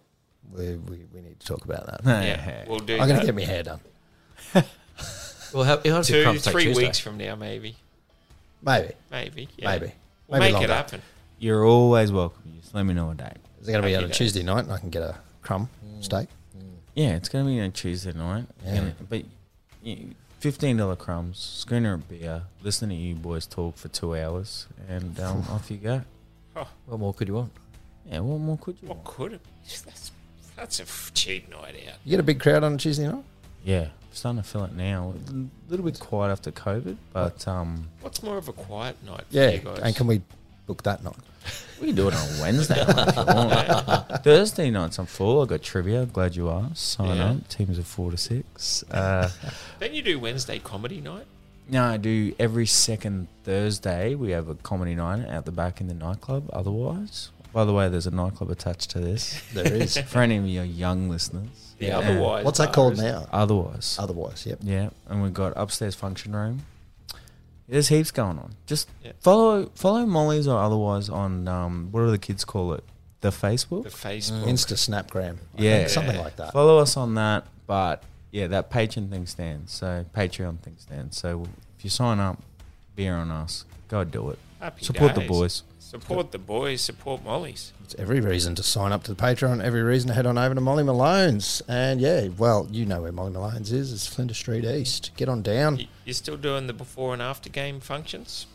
We, we, we need to talk about that. Yeah. We'll do I'm going to that get my hair done. Well, how, it'll have to two, come say three Tuesday. weeks from now, maybe. Maybe. Maybe. yeah. Maybe. We'll Maybe make it longer. happen. You're always welcome. You Just let me know a date. Is it going to be on a Happy days. Tuesday night and I can get a crumb steak? Yeah, it's going to be on Tuesday night. You're gonna- but you, $15 crumbs, schooner of beer, listen to you boys talk for two hours, and um, off you go. What more could you want? Yeah, what more could you What want? could it That's, that's a f- cheap night out. You get a big crowd on a Tuesday night? Yeah, starting to feel it now. A little bit quiet after COVID, but um, What's more of a quiet night for Yeah. you guys? And can we book that night? we can do it on Wednesday night if you want. Thursday nights I'm full. I got trivia. Glad you are. Sign Yeah. up. Teams of four to six. Uh, Don't you do Wednesday comedy night? No, I do every second Thursday. We have a comedy night out the back in the nightclub. Otherwise, by the way, there's a nightclub attached to this There is. for any of your young listeners. The otherwise. What's that bar called is- now? Otherwise, Otherwise, yep. yeah, and we've got upstairs function room. There's heaps going on. Just Yeah. follow follow Molly's or otherwise on um, what do the kids call it? The Facebook. The Facebook. Insta Snapgram. I Yeah. think, something like that. Follow us on that, but yeah, that patron thing stands. So Patreon thing stands. So if you sign up, beer on us. Go do it. Happy Support the days. boys. Support the boys. Support Molly's. It's every reason to sign up to the Patreon, every reason to head on over to Molly Malone's. And yeah, well, you know where Molly Malone's is. It's Flinders Street East. Get on down. You, you're still doing the before and after game functions?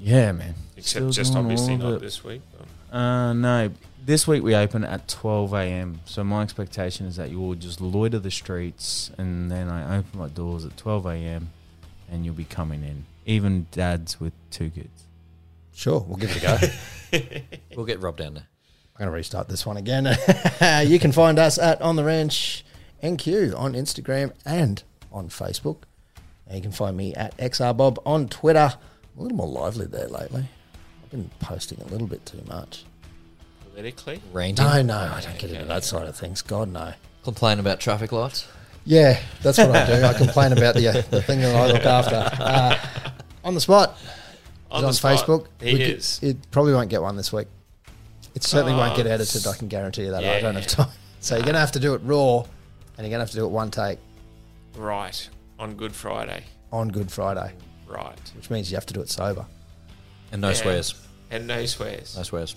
Yeah, man. Except Still just doing obviously all of not it. this week. but- Uh, no, this week we open at 12 a.m. So my expectation is that you will just loiter the streets, and then I open my doors at 12 a.m. and you'll be coming in. Even dads with two kids. Sure, we'll give it a go. We'll get Rob down there. I'm going to restart this one again. you can find us at On The Ranch NQ on Instagram and on Facebook. And you can find me at XRBob on Twitter. I'm a little more lively there lately. I've been posting a little bit too much. Politically? Ranting. No, no, I don't get into that side of things. God, no. Complain about traffic lights. Yeah, that's what I do. I complain about the, uh, the thing that I look after. Uh, on the spot. On, He's on the spot. Facebook. He We could- is. Oh, it probably won't get one this week. It certainly won't get edited. I can guarantee you that. I don't have time. So you're gonna have to do it raw, and you're gonna have to do it one take Right. On Good Friday. on Good Friday, Right. which means you have to do it sober. And no Yeah. swears. And no swears. No swears.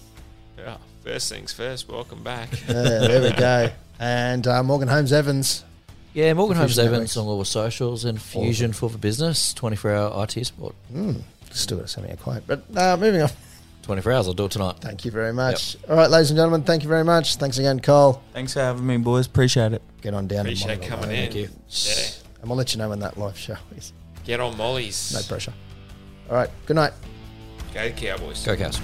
Oh, first things first, welcome back. Yeah, there we go. And uh, Morgan Holmes Evans. Yeah, Morgan Homes Fusion Evans Networks. on all the socials and Fusion for the business, 24 hour IT support. Stuart sent me a quote, but uh, moving on. 24 hours, I'll do it tonight. Thank you very much. All right, ladies and gentlemen, thank you very much. Thanks again, Cole. Thanks for having me, boys. Appreciate it. Get on down. to Appreciate Mondo coming Road. in. Thank you. Yeah. And we'll let you know when that live show is. Get on Molly's. No pressure. All right. Good night. Go Cowboys. Go, Cows.